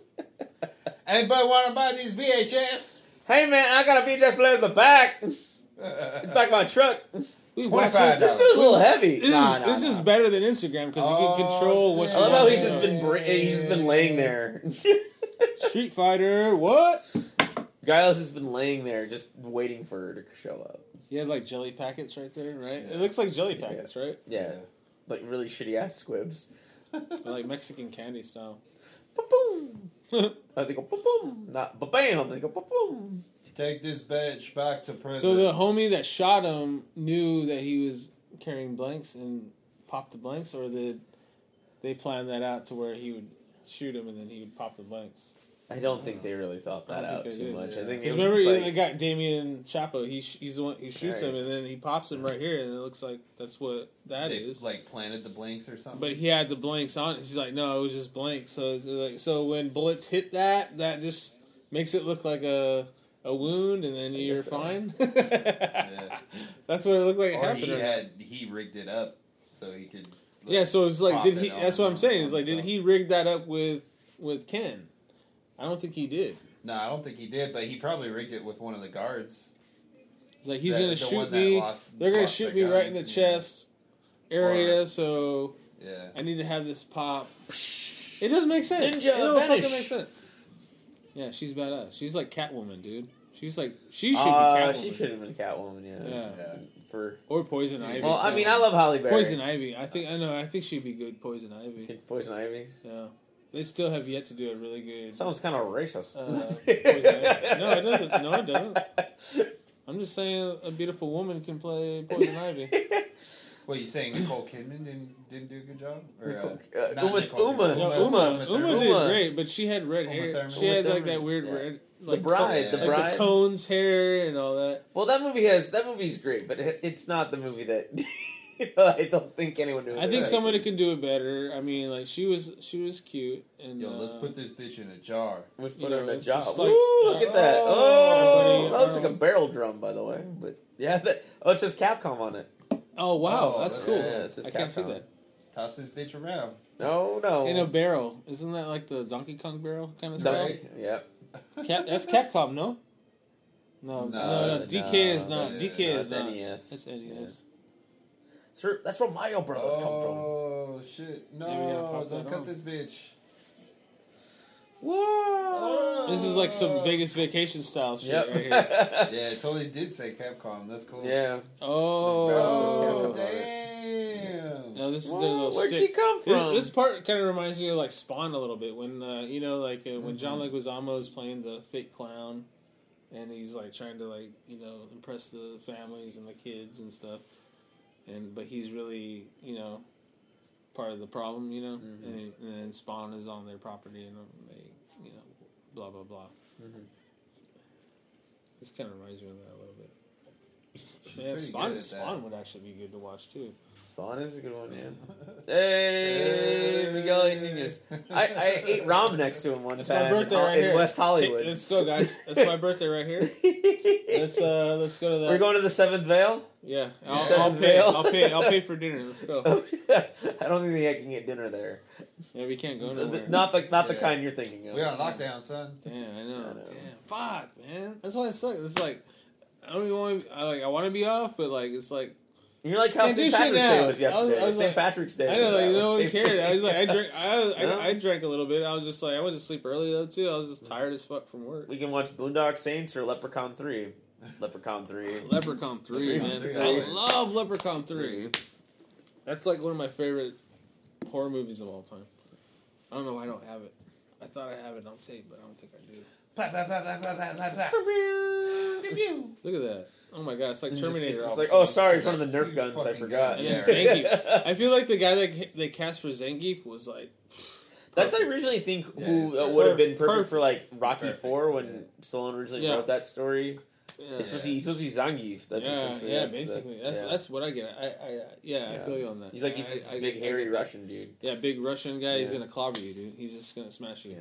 Anybody want to buy these VHS?
hey man, I got a VHS player in the back. It's back of my truck.
we watch
$25.
it.
This feels a little heavy.
This, is,
Nah, nah,
this
nah.
is better than Instagram because you can
Oh,
control what
damn.
you
I love how
want.
he's just been bra- he's just been laying there.
Street Fighter. What?
Giles has been laying there just waiting for her to show up.
You had like jelly packets right there, right?
Yeah.
It looks like jelly packets, right?
Yeah, like really shitty ass squibs.
Or, like Mexican candy style.
Boom. Uh, they go boom boom, not ba bam. They go boom boom.
Take this bitch back to prison.
So the homie that shot him knew that he was carrying blanks and popped the blanks, or did they plan that out to where he would shoot him and then he would pop the blanks?
I don't think they really thought
I
that
don't
out
think they
too
did,
much.
yeah.
I think it
Because
was
remember,
just
you-
like,
they got Damien Chapo. He sh- he's the one he shoots
Right.
him, and then he pops him right here, and it looks like that's what that
they,
is.
like planted the blanks or something.
But he had the blanks on. it. He's like, no, it was just blank. So it's like, so when bullets hit that, that just makes it look like a a wound, and then
I
you're
guess so.
fine.
Yeah.
That's what it looked like it
or
happened.
he
right now.
had he rigged it up so he could.
yeah, so it's like,
pop
did
it
he?
on-
That's what I'm saying. It's
on
like, did
himself.
he rig that up with with Ken? I don't think he did.
No, I don't think he did, but he probably rigged it with one of the guards.
It's like he's
That-
gonna
the
shoot
one that
me.
lost-
They're gonna
lost
shoot
the
me
gun.
right in the
Yeah.
chest area. so
Yeah.
I need to have this pop. It doesn't make sense.
Ninja
it don't fucking
vanish.
make sense. Yeah, she's badass. She's like Catwoman, dude. She's like she should be
Uh,
Catwoman.
she should have been Catwoman, yeah.
Yeah.
Yeah.
For
Or Poison Ivy.
well, I
too.
mean, I love Holly Berry.
Poison Ivy. I think I know. I think she'd be good. Poison Ivy.
Poison Ivy.
Yeah. They still have yet to do a really good.
Sounds kind of racist.
Uh, Poison Ivy. No, it doesn't. No, it doesn't. I'm just saying, a beautiful woman can play Poison Ivy.
What you saying? Nicole Kidman didn't didn't do a good job. Or, uh,
Nicole- uh,
not
Uma-
Nicole
Uma.
Kidman.
No,
Uma-
Uma,
Uma.
Uma, did great, but she had red
Uma
hair.
Thurman.
She had
Uma
like that
Thurman,
weird
yeah.
red, like
the bride, the
yeah.
like
bride.
the cones hair and all that.
well, that movie has that movie's great, but it, it's not the movie that I don't think anyone knew.
I think somebody could do it better. I mean, like she was, she was cute, and
Yo, let's
uh,
put this bitch in a jar.
We've put
you
her
know,
in a
it's
job.
just like-
Ooh, look at that.
Oh,
Oh,
buddy,
that looks like a
um,
barrel drum, by the way. But yeah, that, oh, it says Capcom on it.
Oh wow,
Oh,
that's,
that's-
cool.
yeah, it's just
I can't see
Capcom.
that
Toss this bitch around.
No, no.
in a barrel. Isn't that like the Donkey Kong barrel kind of
no.
style?
Right.
Yeah.
Cap, that's Capcom, no? No, no,
No,
Uh, no,
it's-
DK is
Uh, no,
not.
that's-
DK
no,
is
that's E
not.
NES.
That's E NES.
Yeah. That's where- That's where Mario Brothers come from.
Oh shit! No,
Yeah, we gotta pop
don't
that
cut
on.
this bitch.
Whoa.
This is like some Vegas vacation style shit
Yep.
right here.
Yeah, it totally did say Capcom. That's cool.
yeah.
Oh,
Bro,
Oh,
this
damn.
no, this is their
Whoa,
little
where'd she
stick.
come
Thi-
from?
This, part kind of reminds me of like Spawn a little bit when uh, you know, like uh, when John Leguizamo is playing the fake clown, and he's like trying to like you know impress the families and the kids and stuff, and but he's really you know part of the problem, you know,
Mhm.
and, and then Spawn is on their property and they you know blah blah blah.
Mhm.
This kind of reminds me of that a little bit.
She's
Yeah,
pretty good
Spawn,
at
Spawn would actually be good to watch too.
Spawn is a good one, yeah.
that.
Hey, Miguel Nunez. I, I ate ramen next to him one
It's
time
my birthday
in,
right
in
here.
West Hollywood.
Take- let's go, guys. That's my birthday right here. Let's uh, let's go to that.
We're going to the Seventh Veil.
Yeah, I'll,
Seven
I'll pay.
male.
I'll pay. I'll pay for dinner. Let's go.
I don't think I can get dinner there.
Yeah, we can't go
The- the-
nowhere.
not the not the
Yeah.
kind you're thinking of.
We're on lockdown, son.
Damn, I know.
I know.
Damn, fuck, man. That's why it sucks. It's like I don't even want. To, I, like I want to be off, but like it's like
You're like how
Can't do
St.
shit
Patrick's
now.
Day was
I was- I
yesterday.
was
St.
like-
Patrick's Day.
I know, like
was
no one
St.
cared. I was like, I drank. I, I,
No?
I drank a little bit. I was just like, I went to sleep early though too. I was just tired as fuck from work.
we can watch Boondock Saints or Leprechaun Three. Leprechaun Three.
Leprechaun three, man.
Three.
I love Leprechaun three. That's like one of my favorite horror movies of all time. I don't know why I don't have it. I thought I have it on tape, but I don't think I do.
Blah, blah, blah, blah, blah, blah, blah, blah.
Look at that. Oh my god, it's like
It's just-
Terminator.
it's just
all
like,
of a
oh,
sudden.
sorry, it's one of the Nerf guns. I
Fucking
forgot.
gun.
And then
Yeah.
Zangief. I feel like the guy that they cast for Zangief was like,
That's I originally think who
Yeah,
uh, would have been
perfect.
perfect, for like Rocky
Perfect,
Four when
yeah.
Stallone originally
Yeah.
wrote that story.
yeah,
It's supposed to be, he's supposed to be Zangief. That's
yeah,
essentially
yeah,
that's the-
basically. that's
yeah.
that's what I get. I, I yeah, I
Yeah.
feel you on that.
he's like he's
I-
this
I get-
big
I
hairy
get that.
Russian dude.
Yeah, big Russian guy. He's
Yeah.
gonna clobber you, dude. He's just gonna smash you.
Yeah.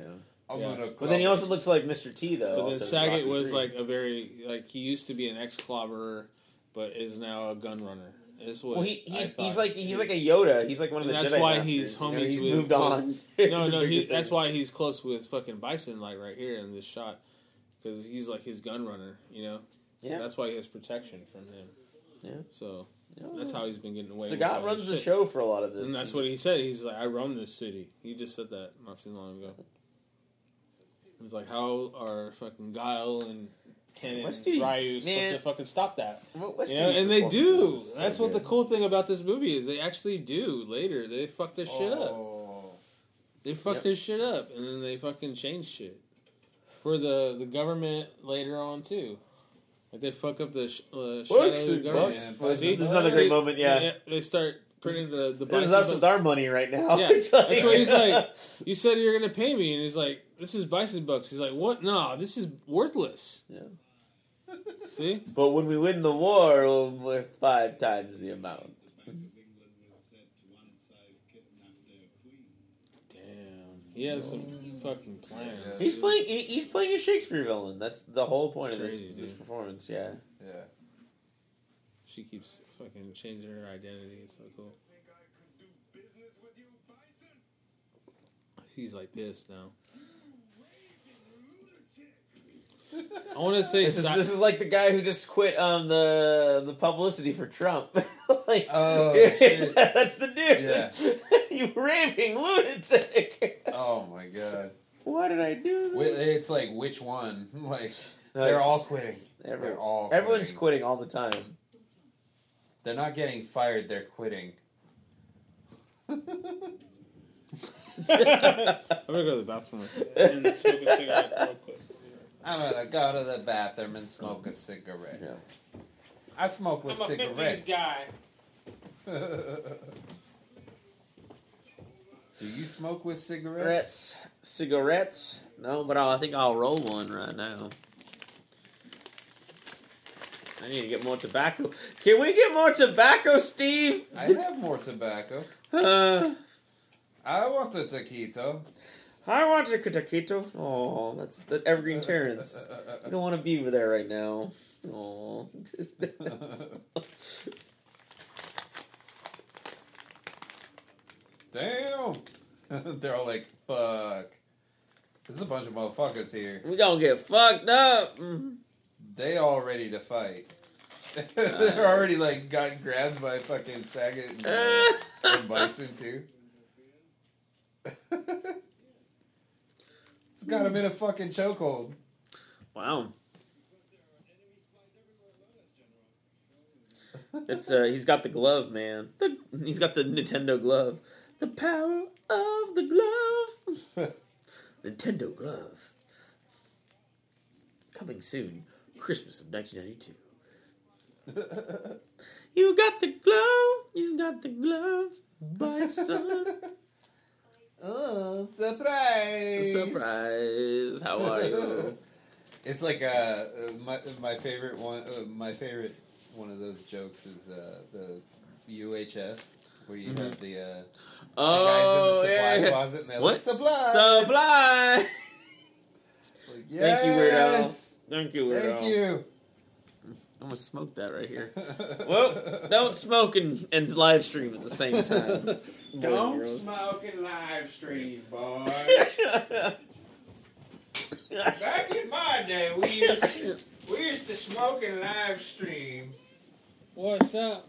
I'm
Yeah.
gonna.
But then he also looks like Mr. T though.
But then
also in
Saget
Rocky
was
III.
like a very like he used to be an ex clobberer, but is now a gun runner. Is what
well, he,
I
he's,
thought
he's like he's,
he
like a
was.
Yoda. He's like one of
And
the
that's
Jedi
why
Masters,
he's
you know,
homies
he's
with-
moved on.
no
to
no
bigger
he, that's
things.
why he's close with fucking Bison like right here in this shot because he's like his gun runner. You know
Yeah.
that's why he has protection from him.
Yeah.
so
Yeah.
that's how he's been getting away. with all
Sagat
this
runs the
shit.
show for a lot of this.
and that's
He's-
what he said. He's like, I run this city. He just said that not too long ago. He's like, how are fucking Guile and Ken and
What's the-
Ryu supposed
man.
to fucking stop that?
What- what's
You know?
these
And they do.
performances? This is so
That's what the
good.
cool thing about this movie is. They actually do later. They fuck this shit
Oh,
up. They fuck
Yep.
this shit up, and then they fucking change shit for the the government later on too. Like they fuck up the sh- uh, shadow of the
dude,
government.
bucks.
Yeah,
Well, This
See?
this is another great
They-
moment. Yeah,
they start printing the the.
this is
Bison
us
buttons.
with our money right now.
Yeah,
It's like-
that's what he's like. You said you're gonna pay me, and he's like, "This is bison bucks." He's like, "What? No, this is worthless."
Yeah.
See,
But when we win the war, we'll worth five times the amount.
damn, he has some fucking plans.
He's playing. He, he's playing a Shakespeare villain. That's the whole point
It's
of this,
crazy,
this
dude.
performance. Yeah.
Yeah.
She keeps fucking changing her identity. It's so cool. He's like pissed now. I want to say
This is
Si-
this is like the guy who just quit um the the publicity for Trump. like,
Oh, shit.
that's the dude.
Yeah.
you raving lunatic.
Oh my god.
Why did I do?
Wait, It's like which one? Like
No,
they're
it's
all
just-
quitting.
Every-
They're all
everyone's
quitting.
quitting all the time.
They're not getting fired. They're quitting.
I'm gonna go to the bathroom and smoke a cigarette real quick.
I'm gonna go to the bathroom and smoke a cigarette.
Yeah.
I smoke with cigarettes.
guy.
Do you smoke with cigarettes?
Cigarettes. Cigarettes. No, but I'll, I think I'll roll one right now. I need to get more tobacco. Can we get more tobacco, Steve?
I have more tobacco.
Uh,
I want the taquito.
I want a taquito. Oh, that's the Evergreen Terrence. You don't want to be over there right now. Oh.
Damn. They're all like, fuck. There's a bunch of motherfuckers here.
we gonna get fucked up. Mm.
They all ready to fight. They're
Uh,
already like got grabbed by fucking Saget and, uh, and Bison too. it's got him in a fucking chokehold.
Wow. It's uh, he's got the glove, man. The, he's got the Nintendo glove. The power of the glove. Nintendo glove. Coming soon, Christmas of 1992. You got the glove. You got the glove, by son.
oh, surprise!
Surprise! How are you?
It's like uh, uh, my my favorite one. Uh, my favorite one of those jokes is uh, the UHF where you have the, uh,
Oh,
the guys
yeah.
in the supply closet and they're
What?
like supply,
Supply.
Like,
Thank you,
yes!
weirdo. Thank you, weirdo.
Thank you.
I'm gonna smoke that right here. Well, don't smoke and, and live stream at the same time. boys and
Don't
girls.
smoke and live stream, boy.
Back in my day, we used to we used to smoke and live stream.
What's up?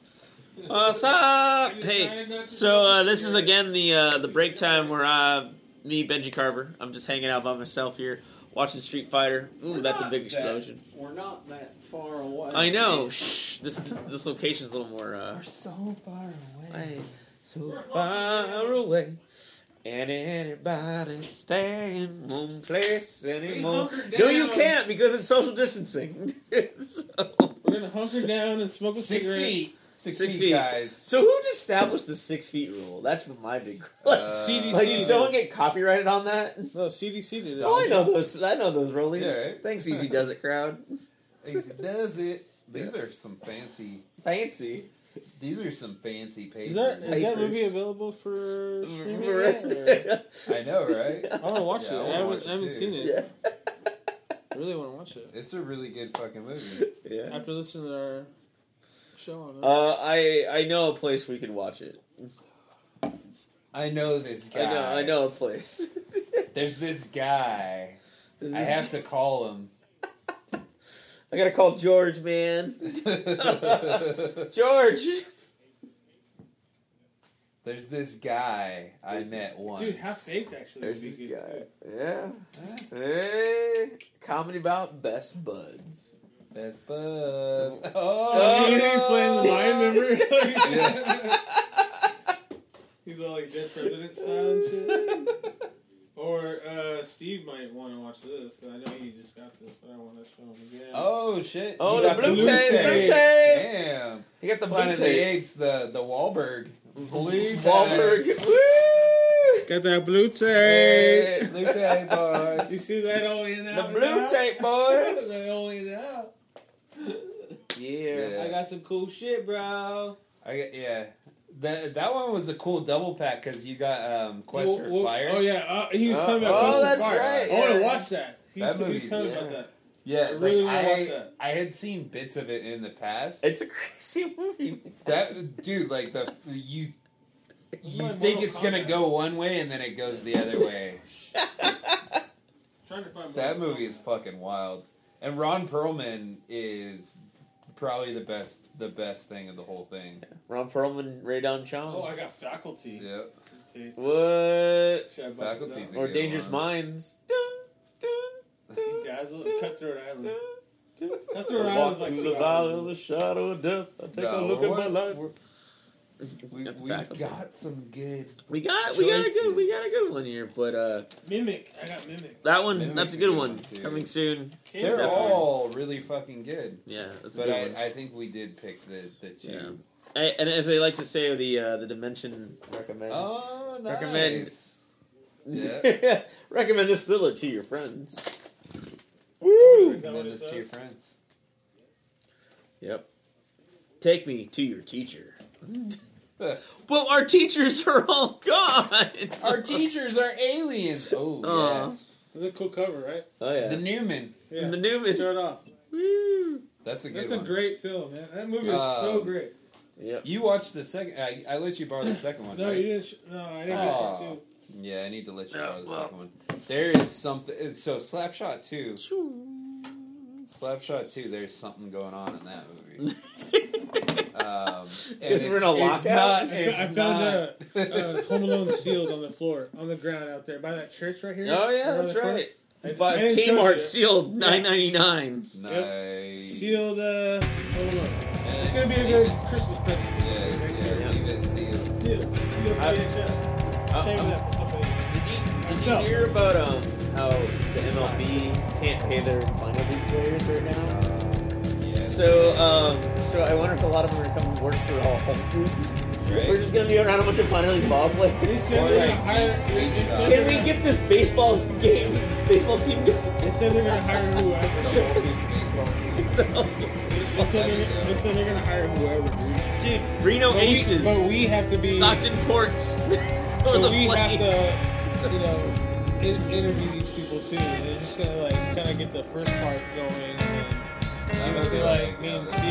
What's up? Hey, so uh, this is again the uh, the break time where uh, me Benji Carver. I'm just hanging out by myself here watching Street Fighter. Ooh, that's a big explosion.
We're not that far away.
I know. Shh. This this location's a little more. Uh,
We're so far away.
away, so far away. And anybody staying one place anymore?
hunkered
No, you
down.
can't because it's social distancing. so,
We're gonna hunker down and smoke a
Six
cigarette.
feet. Six,
Six
feet,
feet.
guys.
so who established the six feet rule? That's my big question.
Uh,
CDC.
like, did
did.
someone get copyrighted on that?
No, CDC did. it.
Oh, I know those. I know those rollies.
Yeah, right.
Thanks, Easy Does It crowd.
Easy does it. These are some fancy.
Fancy.
These are some fancy
Is
papers.
that is that
Papers.
movie available for streaming? yet, or-
I know, right?
I want to watch
Yeah, I
it.
wanna
I haven't,
watch it
I haven't
too.
seen it.
yeah.
I really want to watch it
It's a really good fucking movie.
yeah.
after listening to our show on it.
Uh, I I know a place we can watch it.
I know this guy.
I know I know a place.
There's this guy. I have to call him.
I gotta call George, man. George.
There's this guy I
There's
met once.
Dude, half baked actually.
There's
There's
this
would be good
guy.
too.
Yeah. Hey, comedy about best buds.
Best buds. Oh,
Oh,
you
you
didn't
explain the lion member?
Yeah.
He's all like dead president style and
Oh,
shit. Or uh, Steve might want to watch this because I know he just got this, but I want to show him again.
Oh shit!
Oh,
You
the
got
blue tape, blue tape.
Damn!
You got the
Planet
blue
of the
tape.
Apes, the the Wahlberg. Blue tape.
Wahlberg. Woo!
Get that blue tape.
Hey.
Blue tape,
You
boys.
see that all in
The
out?
blue tape, boys.
They all in out.
Yeah.
Yeah.
I got some cool shit, bro.
I got, yeah. That that one was a cool double pack because you got um Quest
Well,
for
well,
Fire.
Oh yeah, uh, he was
Uh,
talking about.
oh,
Quest for
that's
Fire.
right,
I want
yeah.
to watch that. He,
That
was- he was
movie's-
telling me
yeah.
about that.
Yeah,
I
like,
really wanna watch
I,
that.
I had seen bits of it in the past.
It's a crazy movie.
That dude, like the you,
my
you
Mortal
think it's gonna
Kombat.
go one way and then it goes the other way.
Trying to find
That
more.
movie is fucking wild. And Ron Perlman is probably the best, the best thing of the whole thing.
Ron Perlman, Radon
Oh,
Chong.
I got faculty.
Yep.
Dude,
What?
should I bust it
Faculty's
out?
a
Or
good
Dangerous
one.
Minds. Dun, dun, dun,
Dazzle,
dun,
Cutthroat Island.
dun, dun.
Cutthroat
I
Island
walk
was like
through
two
the valley
hours.
of the shadow of death. I take a
No,
look at my
we're-
life.
we're- We,
Got the
we
faculty.
got some good.
We got we got a good we got a
Choices.
good one here, but uh
Mimic. I got Mimic.
that one
Mimic's
that's a
a
good
good
one.
one, too.
Coming soon.
Can't
They're
definitely-
all really fucking good.
Yeah, that's a
But
good
I,
one.
I think we did pick the the two.
Yeah. I, and as they like to say, the uh, the dimension recommend
Oh, nice.
Recommend.
yeah.
recommend this thriller to your friends.
Is
Woo!
that what
Recommend
it
this to your
says?
friends.
Yep. Take me to your teacher. well, our teachers are all gone.
Our teachers are aliens. Oh,
Aw.
That's a cool cover, right?
Oh
yeah.
yeah.
The Newman.
Yeah.
The Newman.
Show it off.
Woo.
That's a good
That's a
one.
great film, man. That movie is so
Um,
great.
Yep.
you watched the second. I, I let you borrow the second one.
No,
right?
you didn't. Sh- no, I
Oh.
didn't
Aw.
get that too.
Yeah, I need to let you
Yeah,
borrow the
well.
second one. There is something. it's- So Slapshot two,
Oh,
Slapshot two. There's something going on in that movie. Um,
Because we're in a
it's-
lockout?
it's not-
I
it's
fo- I found
not-
Uh, Home Alone sealed on the floor, on the ground out there by that church right here.
Oh yeah,
Around
that's
the corner.
right.
I-
But
I didn't show it to
Kmart
you.
sealed nine ninety nine.
nice.
Sealed uh, Home Alone. It's gonna be a good Christmas present.
Yeah, yeah, leave it sealed.
Sealed. Sealed
I-
VHS.
I-
Save
I'm-
that for somebody.
Uh, um, Did you did you
So-
hear about um how the MLB can't pay their minor league players right now?
Yeah.
So um so I wonder if a lot of them are coming to work for all Whole Foods. We're just gonna be around a bunch of minor league ball
They
players.
said
Or
they're
like
gonna hire. They, they said
Can
they're
we
gonna-
get this baseball game baseball team going?
They said they're gonna hire whoever.
The whole food baseball team.
They said they're, they said they're gonna hire whoever. Dude.
Dude, Reno
But we-
Aces,
but we have to be.
Stockton Ports, or
But
the
we
Flames.
have to, you know, in- interview these people too. They're just gonna like kind of get the first part going. And,
That was
must be
good.
like me and
Yeah, that's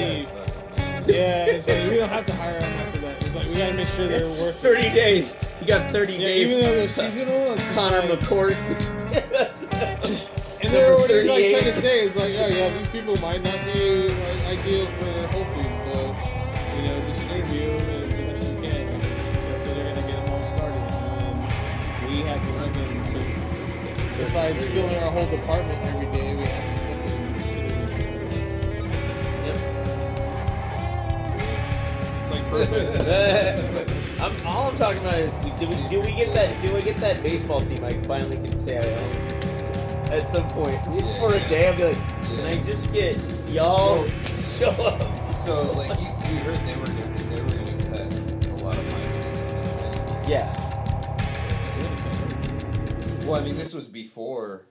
good.
yeah, it's like we don't have to hire them after that. It's like we gotta make sure they're worth. it.
Thirty days. You got thirty
Yeah,
days.
even though they're seasonal, it's just
Connor
like,
McCourt.
and they're
number
already like trying
38.
to say it's like, oh yeah, these people might not be like ideal for Whole Foods, but you know, just interview them and do the best you can. And It's just like they're gonna get them all started, and we have to fucking to besides filling our whole department every day, we have to fucking. interview people. It's like perfect.
I'm, all I'm talking about is we, do, we, do we get that? Do I get that baseball team? I finally can say I own at some point for a day. I'll be like, can I just get y'all to show up?
So like you, you heard they were gonna, they were gonna cut a lot of minor leagues.
Yeah,
Well, I mean this was before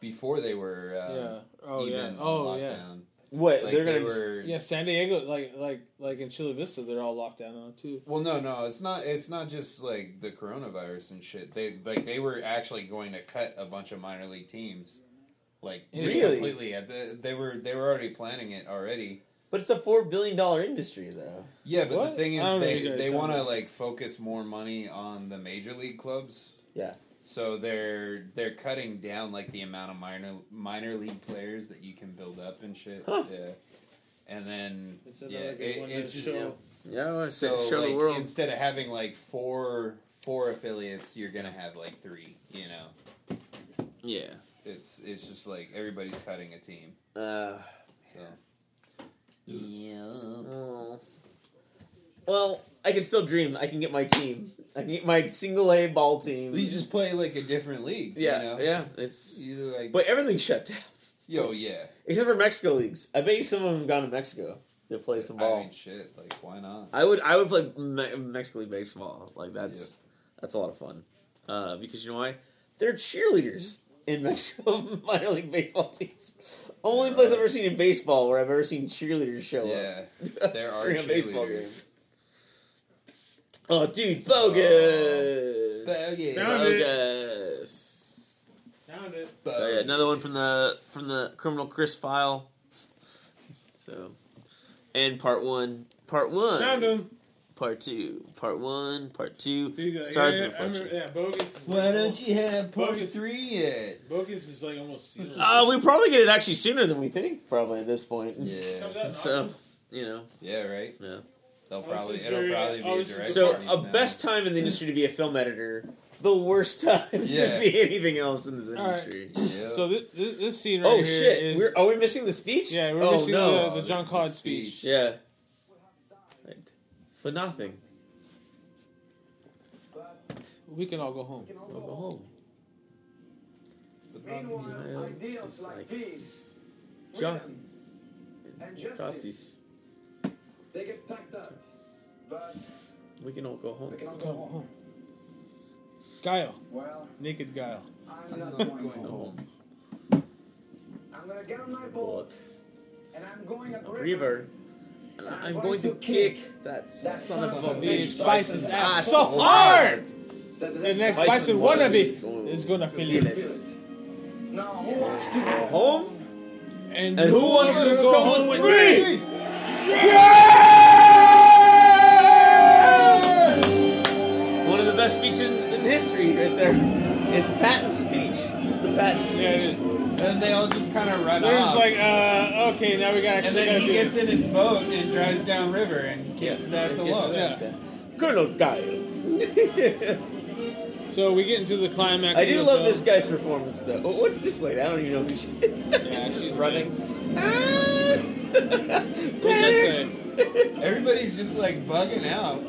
before they were um,
yeah. Oh
even
yeah.
on
Oh yeah.
lockdown.
what
Like,
they're gonna
they
just-
were,
Yeah, San Diego, like like like in Chula Vista, they're all locked down now too.
Well, no, no, it's not. It's not just like the coronavirus and shit. They like they were actually going to cut a bunch of minor league teams, like just
Really?
completely. Yeah, They, they were they were already planning it already.
But it's a four billion dollar industry though.
Yeah, but
What?
the thing
I
is,
don't know
they
you guys
they
sound
want to
like-
like focus more money on the major league clubs.
Yeah.
So they're they're cutting down like the amount of minor minor league players that you can build up and shit.
Huh.
Yeah. And then
It's
yeah,
another good
it-
one
it's
to
just
show.
Yeah, I want to
so like, instead of having like four four affiliates, you're gonna have like three. You know,
Yeah.
it's it's just like everybody's cutting a team.
Uh,
So yeah.
oh. well, I can still dream. I can get my team. I can get my single A ball team.
You just play like a different league.
yeah,
you know?
yeah. It's
You like,
but everything's shut down
yo, yeah.
except for Mexico leagues. I bet you some of them have gone to Mexico to play some ball.
I mean, shit. Like, why not?
I would I would play Me- Mexico League baseball. Like that's that's a lot of fun. Uh, because you know why? They're cheerleaders in Mexico minor league baseball teams. Only place I've ever seen in baseball where I've ever seen cheerleaders show
Yeah,
up.
there are
during a baseball game.
cheerleaders.
Oh, dude, bogus.
Bogus.
Bogus.
Found it. Found it.
But-
So yeah, another one from the from the criminal Chris file. So, and part one, part one,
Found him.
part two, part one, part two.
See, like,
Stars
yeah,
and
yeah, I remember,
reflection.
yeah, bogus. Is
Why
like,
don't you have part
Bogus.
three yet?
Bogus is like almost sealed.
Uh, we probably get it actually sooner than we think, probably at this point.
Yeah,
Comes out in
So-
August.
You know,
yeah, right.
yeah.
They'll
this
probably
is
it'll
very-
probably be a
oh, this is
direct.
So,
parties
a
now.
best time in the industry to be a film editor, the worst time to
Yeah.
be anything else in this
All right.
industry.
Yeah.
So this, this, this scene right
Oh
here
shit!
is-
we're are we missing the speech?
yeah, we're
oh,
missing
no.
the, the John Cod speech.
Yeah. Right. For nothing.
We can all go home.
We'll go home.
Meanwhile,
Denial
ideals
is
like
like
peace,
Just-
freedom, and justice,
Frosties,
they get packed up. But
we can all go home.
we can all
Go
go home.
home. Guile,
Well,
naked Guile.
I'm not going home.
Home.
I'm gonna get on my boat
Boat.
and I'm going up river.
River. I'm going to kick that son of a bitch
Bison's
Bison's
ass
ass
so hard. The
The
next
Bison
Bison wannabe
wannabe
is gonna feel
Feel
it.
it.
No, who wants to
Home?
And,
And who wants to go home with me? One of the best speeches in history, right there. It's patent speech. It's the patent speech.
Yeah, it is.
And they all just kind of run
There's
off.
like, uh, okay, now we gotta.
and
gotta
then he
do
gets
this.
in his boat and drives down river and
Yeah.
kicks his ass
It gets
alone.
Yeah.
his ass. Colonel Kyle.
So we get into the climax.
I
of uh,
do
the
love
film.
this guy's performance, though. Oh, What's this lady? I don't even know who she is.
Yeah, she's
Ah!
What's that say?
Everybody's just like bugging out.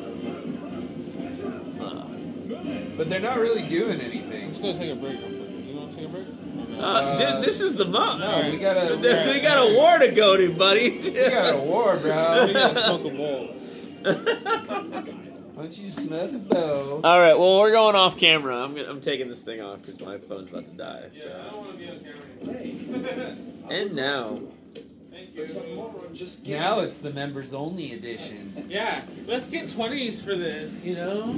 But they're not really doing anything.
Let's go take a break. real quick. You want to take a break?
Uh, dude, this is the month.
No, we got
Th-
a
th- We got a war to go to, buddy.
we got a war,
We
bro.
gotta smoke a bowl.
Once you smell the bow,
All right, well, we're going off camera. I'm, gonna, I'm taking this thing off because my phone's about to die. So. And now.
tomorrow just get
now it's the members only edition.
Yeah, let's get twenties for this. You know,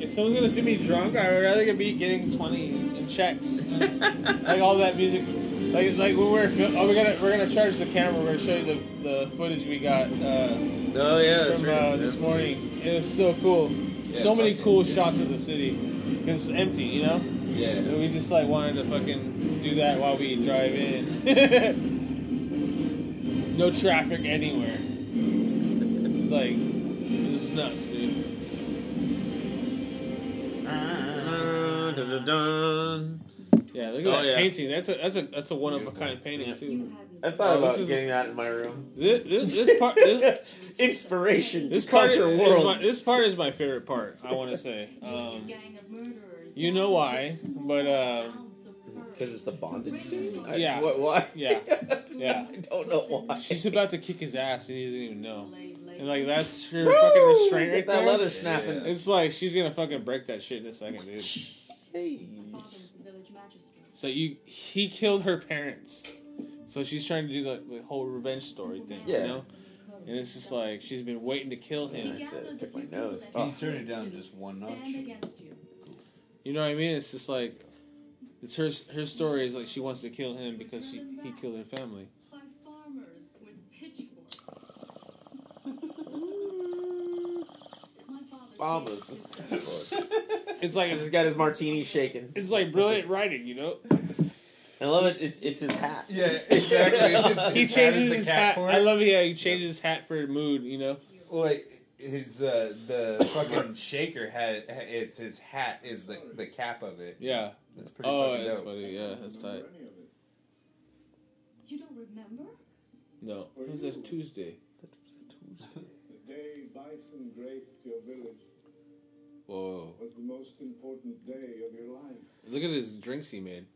if someone's gonna see me drunk, I would rather be getting twenties and checks, and, like all that music. Like like when we're fil- oh we're gonna we're gonna charge the camera. We're gonna show you the, the footage we got uh,
Oh, yeah, that's
from
right.
uh, this morning. It was so cool. so many
fucking-
cool shots of the city because it's empty. You know,
Yeah.
and we just like wanted to fucking do that while we drive in. no traffic anywhere. It's like, this is nuts, dude.
Dun, dun, dun, dun.
Yeah, look at
Oh,
that
yeah.
painting. That's a that's a that's a one of a kind painting
Yeah.
too.
I thought
Oh, this
about
is-
getting that in my room.
This, this, this part this,
Inspiration.
this
to
part is
conquer
my,
worlds.
this part is my favorite part. I want to say, um, you know why, but uh,
Because it's a bondage scene? I-
Yeah.
What, why?
Yeah. Yeah.
I don't know why.
she's about to kick his ass and he doesn't even know. And like that's her
Woo!
fucking restraint
Get
right
that
there.
leather snapping.
Yeah.
It's like she's gonna fucking break that shit in a second, dude.
Hey.
So you, he killed her parents, so she's trying to do the, the whole revenge story thing,
Yeah.
you know. And it's just like she's been waiting to kill him.
Yeah. pick my nose.
Can you turn it down just one notch?
You know what I mean? It's just like it's her her story is like she wants to kill him because she he killed her family.
Bombas. Look.
It's like
He's
it's,
got his martini shaking.
it's like brilliant writing, you know.
I love it. It's, it's his hat.
Yeah, exactly. It's-
He
it's that is
changes
the
his
cat
hat.
for
I
it.
love how he changes his hat for mood, you know.
Like his uh, the fucking shaker hat. It's his hat is the the cap of it.
Yeah.
That's pretty
Oh,
fucking
that's
dope.
funny. Yeah, that's tight.
You don't remember?
No, it was a Tuesday.
The day Bison graced your village
Whoa!
was the most important day of your life.
Look at his drinks he made.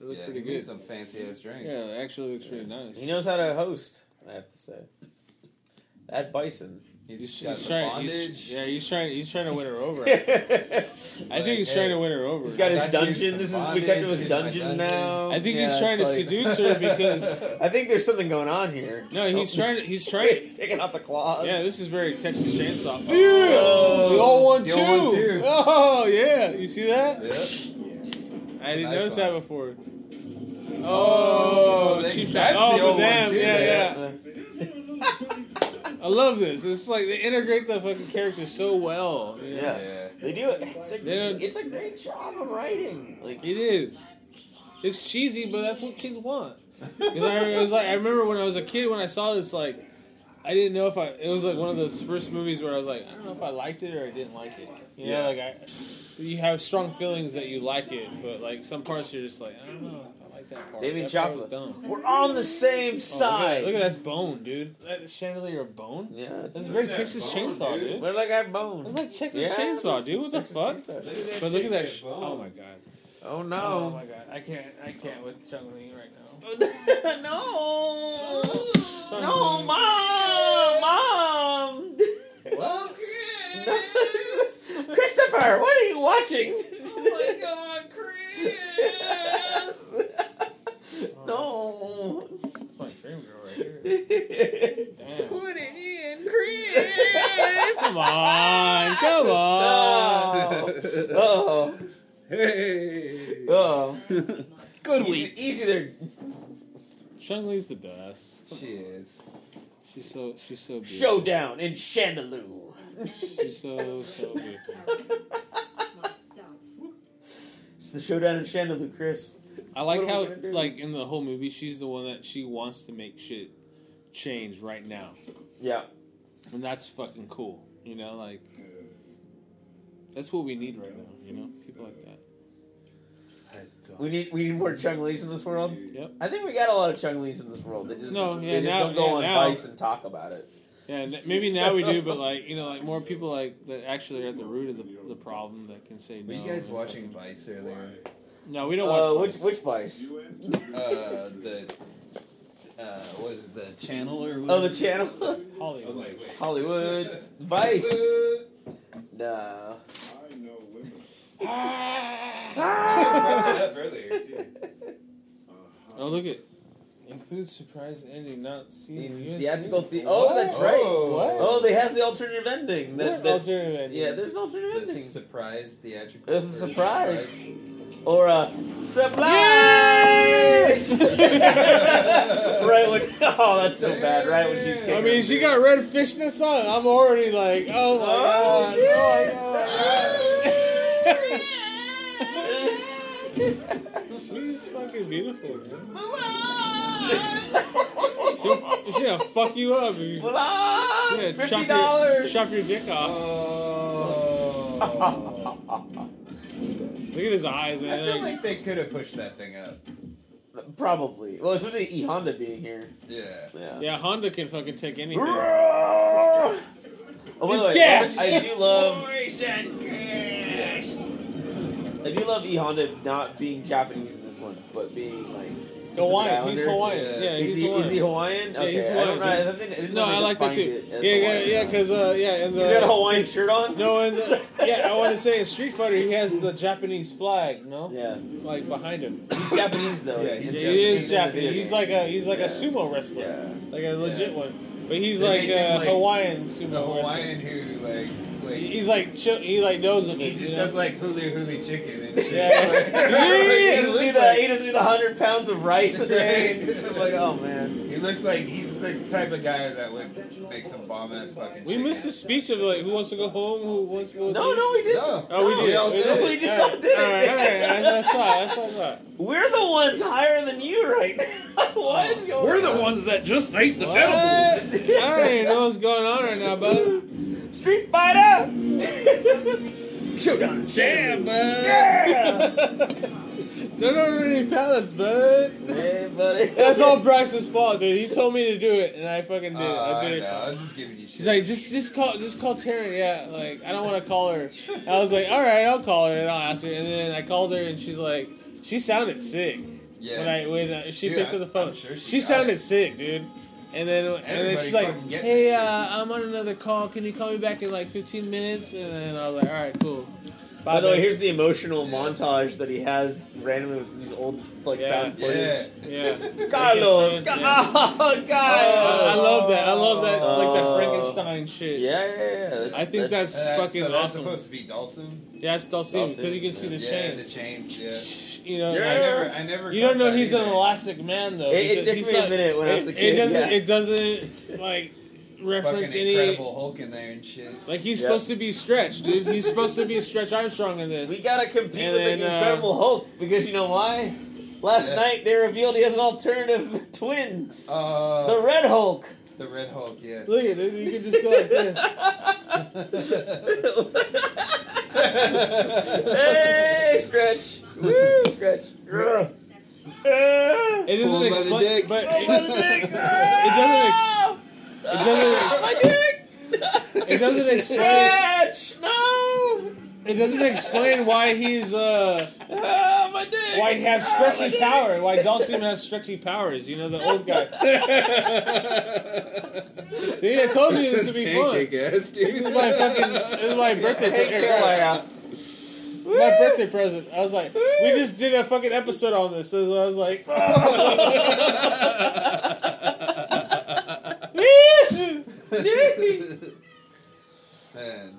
They look
Yeah,
pretty
he made
good.
Some fancy ass drinks.
Yeah, it actually looks pretty nice.
He knows how to host, I have to say. That bison.
He's,
He's got
he's
the
trying.
bondage.
He's, yeah, he's trying. He's trying to win her over. I
he's
think he's
Hey.
trying to win her over.
got
I
his
got you
dungeon.
some
This is we got to
bondage
his
in my
dungeon
dungeon.
now.
I think
Yeah,
he's trying to
it's like-
seduce her because
I think there's something going on here.
no, he's
Oh.
trying. to- He's trying.
picking up the claws.
Yeah, this is very Texas Chainsaw.
Oh.
The old one
The old one,
too.
too.
Oh yeah, you see that?
Yep.
I didn't
nice one.
notice that before. Oh,
they-
cheap shot.
that's
Oh,
the
but
old one,
damn,
too,
yeah, yeah.
yeah.
Uh,
I love this. It's like they integrate the fucking characters so well. you know?
Yeah. They do it. It's a,
They don't-
it's a great job of writing. Like
It is. It's cheesy, but that's what kids want. 'Cause I, it was like I remember when I was a kid when I saw this like I didn't know if I it was like one of those first movies where I was like I don't know if I liked it or I didn't like it. You know, like I you have strong feelings that you like it, but like some parts you're just like I don't know if I like that part.
David
that part was
Chocolate.
dumb.
We're on the same
Oh, look, at,
side.
that- look at that bone, dude. That chandelier bone.
Yeah, it's
That's very Texas chainsaw, dude.
Where like that bone?
That's like Texas
Yeah,
chainsaw,
that's-
dude. What the
Texas
fuck?
chainsaw.
But look at that.
shit.
Sh- oh my god.
Oh
Oh
no.
my god, I can't, I can't with Chung Lee right now.
no. No, mom, mom.
Well,
Christopher, what are you watching?
Oh,
God, Chris!
no.
It's my dream girl right here.
Come
Damn.
Put it in, Chris.
Come on, come on.
Oh,
hey.
oh,
Good
easy, easy there.
Chung Lee's the best.
She is.
She's so she's so beautiful.
Showdown in Chandelou.
She's so so beautiful.
It's the showdown in Chandelou, Chris.
I like
What are
how
we gonna do?
like in the whole movie she's the one that she wants to make shit change right now.
Yeah,
And that's fucking cool. You know, like that's what we need right now, you know? People like that.
we need we need more Chung Lees in this world.
Yep.
I think we got a lot of Chung Lees in this world. They just
No, yeah,
they just
now-
don't go
yeah,
on
now-
Vice and talk about it.
Yeah, n- maybe now we do, but like, you know, like more people like that actually are at the root of the, the problem that can say
Were
no.
you guys
and
watching
fucking-
Vice earlier?
No, we don't watch
Uh, which which
Vice.
Vice?
You answered your
Uh, the uh, was it the channel or?
Oh,
whatever?
the channel
I was
Hollywood.
like, wait.
Hollywood Vice. No.
I know women.
brought that up earlier too.
Oh, look at includes surprise ending, not seen.
The
US
theatrical the
movie.
oh that's
What?
right
What?
oh they has the alternative ending
What
that, that-
alternative ending?
Oh, yeah there's an
The
alternative ending
surprise theatrical.
It's a
version,
surprise.
right?
or uh, a surprise right when oh that's so bad right when she's
Yeah.
I
kicking
mean,
her.
she got red fishnets on. I'm already like, oh my
oh
god.
shit
She's fucking beautiful, man. She'll, she'll fuck you up. if you-
Well, ah,
Yeah,
fifty
chop your,
dollars
chop your dick off.
Oh.
Look at his eyes,
I
man.
feel
Like,
like they could have pushed that thing up.
probably well especially E Honda being here
Yeah.
yeah.
yeah, Honda can fucking take anything.
Oh, by the
It's
way,
gas.
I
It's
do love. I do love E Honda not being Japanese in this one, but being like Pacific
Hawaiian. He's
Islander.
Hawaiian.
Yeah.
Yeah,
Is,
he's
he,
Hawaiian.
is he Hawaiian?
Yeah,
Okay,
he's
I don't know. I
Hawaiian.
didn't, I didn't
No,
know they
I like that too.
defined it
Yeah,
as
yeah,
Hawaiian.
yeah, because uh, yeah, and the
He's got a Hawaiian shirt on.
no, and the, yeah, I want to say in Street Fighter he has the Japanese flag, no,
Yeah,
like behind him.
he's Japanese though.
Yeah, he's
Yeah,
Japanese.
he
in
is
the video
Japanese. He's
game.
like a he's like
Yeah.
a sumo wrestler,
Yeah.
like a legit
Yeah.
one. But he's
They
like
make him,
a
like,
Hawaiian sumo
The
wrestler.
Hawaiian who like like
He- He's like chill, he like knows of it.
he
you
just
know?
does like hula hula chicken and shit.
Yeah.
Like,
He
he,
doesn't do
looks
the he
like,
doesn't do the hundred pounds of rice a day.
Right.
I'm like, oh man.
he looks like he's the type of guy that would make some bomb ass fucking.
we missed the speech of like who wants to go home, who wants to go.
No,
to-
no, we
chicken.
didn't.
No.
Oh, we
No,
did.
we all said it.
We just
all
all did it.
All right, all right. That's what I thought. That's what I thought.
We're the ones higher than you right now. what is going
We're
on?
the ones that just ate the
What?
edibles.
I don't even know what's going on right now, bud.
Street Fighter! Showdown.
Damn, bud.
Yeah!
There aren't any pallets, bud.
hey, buddy.
That's all Bryce's fault, dude. He told me to do it, and I fucking
Uh,
did. it. I
I
did
know.
it.
I was just giving you shit.
She's like, just just call just call Taryn. Yeah, like I don't want to call her. I was like, all right, I'll call her and I'll ask her. And then I called her, and she's like, she sounded sick.
yeah.
When I when uh, she
Dude,
picked
I-
up the phone,
I'm sure she
she,
got
sounded
it.
sick, dude. And then and then
Everybody
she's like,
fucking get
hey,
that
uh,
shit.
I'm on another call. Can you call me back in like 15 minutes? And then I was like, all right, cool.
By the way,
babe."
here's the emotional
Yeah.
montage that he has randomly with these old, like,
Yeah.
found
yeah.
footage.
yeah.
Carlos!
Yeah.
Ca- Oh,
I, I
God!
love that. I love that like
Oh.
the Frankenstein shit.
yeah, yeah, yeah. That's,
I think that's-
Uh,
fucking
so that's
awesome.
supposed to be Dawson.
yeah, it's Dalsim
Dalsim,
because you can see the
yeah, the
chains.
chains. Yeah.
You know,
I
Yeah.
like,
never. I never.
You
caught
don't know
that
he's
either.
an elastic man though.
It- it
because
took
he's
me a
not-
minute when I was
it-
a kid,
It doesn't.
yeah.
It doesn't like reference
Fucking
any.
Incredible Hulk in there and shit.
Like he's
Yeah.
supposed to be stretched, dude. He's supposed to be stretch Armstrong in this.
We gotta compete
And
with
then,
the
uh,
Incredible Hulk because you know why? Last
Yeah.
night they revealed he has an alternative twin,
Uh,
the Red Hulk.
the Red Hulk. Yes.
Look at it. You can just go like this.
hey, stretch. Woo, stretch. Grr. Ah.
It
Pull
doesn't
him by the dick.
explain, but
Oh, by the
it,
dick.
Ah!
It
it doesn't-
Oh, my dick.
it doesn't explain.
Stretch. No.
It doesn't explain why he's uh
Ah, my dick.
why he has
Ah, my
stretchy
dick.
power. Why Dalsim has stretchy powers. You know the old guy. See, I told you this would be fun.
Pancake ass, dude.
This is my fucking. This is my
Take
birthday. present.
care of my ass.
my birthday present. I was like, we just did a fucking episode on this. So I was like,
Man.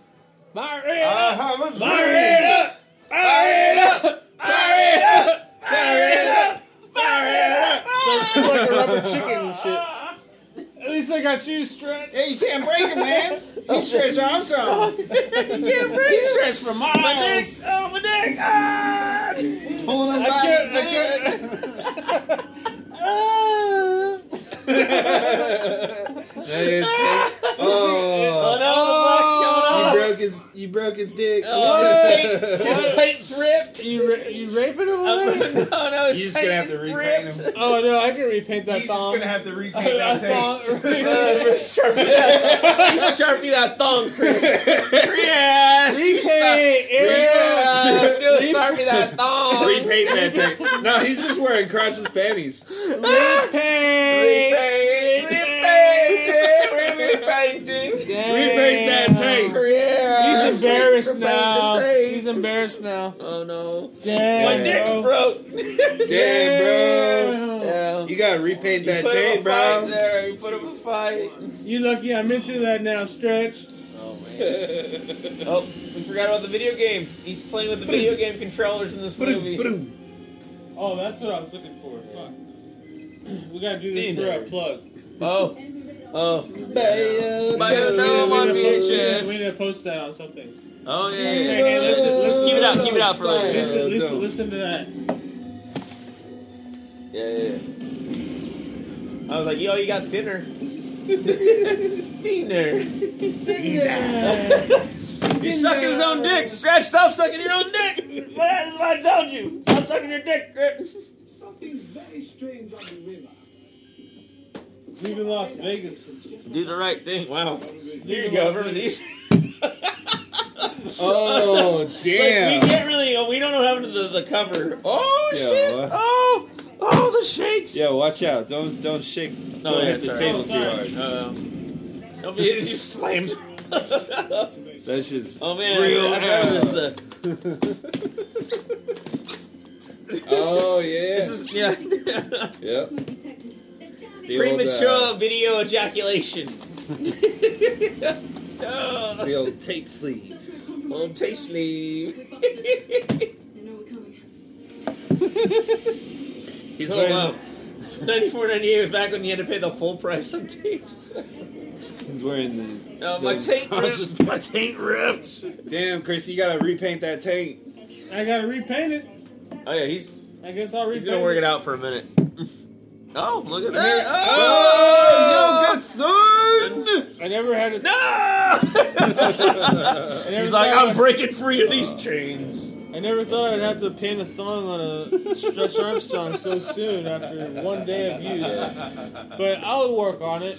Maria,
have a
Maria, Maria, Maria, Maria, Maria. So it's like a rubber chicken and shit. At least I got you stretched.
Hey, you can't break him, man. He stretched Armstrong. you can't break He stretched for miles.
Oh my neck!
Pulling him
I
by
can't.
the
I
dick.
can't.
Oh,
That is fake. Oh.
Oh
Oh.
no,
You
the black's coming off.
broke his. You broke his dick.
Oh, His tape's ripped.
Uh, You ra- you raping him already?
Oh no, his
You're just
tape
gonna have
is
to repaint
ripped.
him.
Oh no, I can repaint that
He's
thong.
just gonna have to repaint
that
that
thong.
tape.
Uh, sharpie that, you sharpie that thumb, Chris. Chris, you sharp-
Repaint, Ariel.
Yeah, still sharpie that thumb.
Repaint that tape. No, he's just wearing crotchless panties.
Repaint.
Repaint, repaint, repaint, repainting.
Repaint that tape.
Yeah.
He's embarrassed
Repaint the
now.
tape.
He's embarrassed now.
Oh no,
Damn.
my neck's broke.
Damn, bro.
yeah.
You gotta repaint that
put up
tape,
a fight
bro.
there. You put up a fight.
You lucky I'm into that now, Stretch.
Oh man. oh, we forgot about the video game. He's playing with the video game controllers in this movie.
Boom.
Oh, that's what I was looking for. Fuck. We gotta do this for a plug.
Oh, oh,
Biodome
on
We need to-
VHS.
We need to post that on something.
oh yeah.
Hey,
yeah, yeah.
hey, let's just let's
Keep it out. Keep it out for later.
Listen,
Biodome.
listen, listen to that.
Yeah, yeah, yeah. I was like, yo, you got thinner. thinner. He's sucking his own dick. Stretch, stop sucking your own dick. That's what I told you. Stop sucking your dick, Grip.
Something very strange on the river.
Leaving Las Vegas.
Do the right thing. Wow. Here you
Leaving
go.
Las
Remember
Vegas.
these?
Oh
Like, we
damn.
can't really. uh, We don't know how to the, the cover.
Oh
Shit. Oh, oh, the shakes.
Yo, watch out! Don't don't shake.
No,
don't
yeah,
hit the
sorry.
table
Oh, sorry.
too hard.
Um, no, it just slams.
That's just
oh man,
Real
I remember this.
hell.
The,
oh yeah.
this is yeah.
yep. The old,
Premature
uh,
video ejaculation. oh,
the old tape sleeve.
won't taste me.
He's
Oh,
wearing
wow. 94 98 was back when you had to pay the full price on tapes.
he's wearing the.
Oh, my
the
tape
crotchless-
ripped. My tape ripped.
Damn, Chris, you gotta repaint that tape.
I gotta repaint it.
Oh, yeah, he's,
I guess I'll repaint
he's going to work it out for a minute. Oh, look at that.
Oh,
Oh,
son!
I never had it.
no.
I never
He's like,
thought
I'm breaking free of these chains.
I never thought I'd have to paint a thong on a Stretch Armstrong so soon after one day of use. But I'll work on it.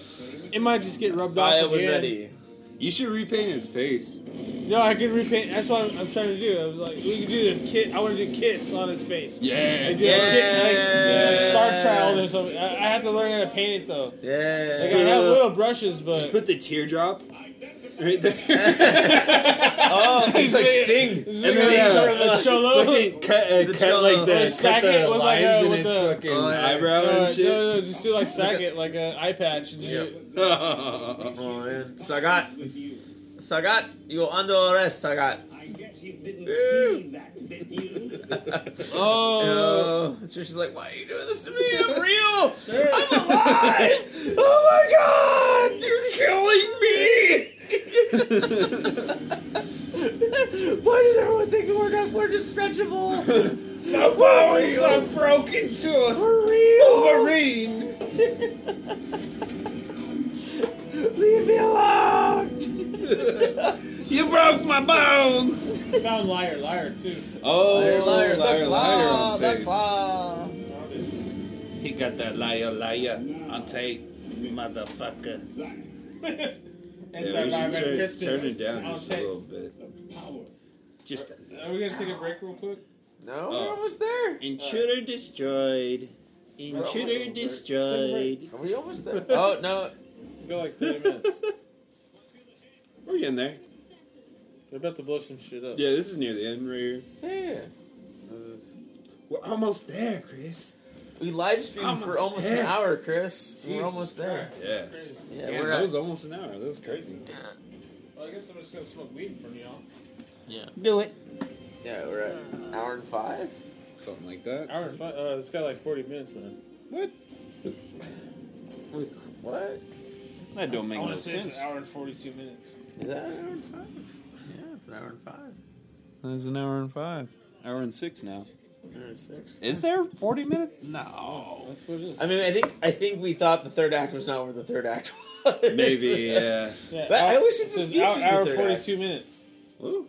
It might just get rubbed off
Fire
again.
when ready.
You should repaint his face.
No, I could repaint. That's what I'm, I'm trying to do. I was like, we could do the kit. I want to do kiss on his face.
Yeah.
Like, do a kit, like,
Yeah.
uh, Star Child or something. I, I have to learn how to paint it though. Like, I
Yeah.
have little brushes,
Just
but
put the teardrop right there.
Oh, he's like Sting.
It's
And
just
then
like
he's
a-
sort of
a
like-
cholo.
uh, fucking cut, uh,
The
cut like
cello.
the,
Or
cut
sack it
the
with, like,
lines
uh,
in
with
its
the-
fucking
Oh, yeah.
eyebrow
Uh,
and
no,
shit.
no, just do like sack it like an eye patch. And just-
Yeah. Oh, man. Sagat. Sagat, you are under arrest, Sagat.
I guess you didn't
Ew.
see that, did you?
Oh,
Oh, so she's like, why are you doing this to me? I'm real. I'm alive. Oh my god, you're killing me. why does everyone think we're not we're stretchable?
The bones are broken to us. Wolverine.
Leave me alone.
you broke my bones.
I found liar, liar too.
Oh,
Liar, liar,
liar,
the
liar
claw,
on
the
tape.
claw.
He got that liar, liar on tape, motherfucker.
And
we should
Survivor
turn,
Christmas.
turn it down
I'll
just
take-
a little bit. Just a
Are we gonna take a break real quick?
No,
Oh.
we're almost there.
Intruder destroyed. Intruder destroyed.
Are we almost there? Oh no.
Go like 30 minutes.
We're getting there.
They're about to blow some shit up.
Yeah, this is near the end right here.
Yeah. This is-
We're almost there, Chris.
We live streamed
Almost
for almost an
there.
hour, Chris. We're
Jesus
almost there.
Christ.
Yeah.
Crazy.
Yeah,
Damn,
we're
that
not-
was almost an hour. That was crazy.
Well, I guess I'm just gonna smoke weed from y'all.
Do it. Yeah, we're at an hour and five.
Something like that.
Hour and five. Uh, it's got like 40 minutes then.
What?
What?
That don't
I
make
want
no
to say it's
sense.
an hour and 42 minutes.
Is that an hour and five? Yeah, it's an hour and five.
It's an hour and five. Hour and six now.
Hour and six.
Is there 40 minutes? No.
That's what it is.
I mean, I think I think we thought the third act was not where the third act was.
Maybe, yeah.
Yeah,
But I always think
it
this
says
speech is
hour,
the
hour
third
42 minutes.
Ooh.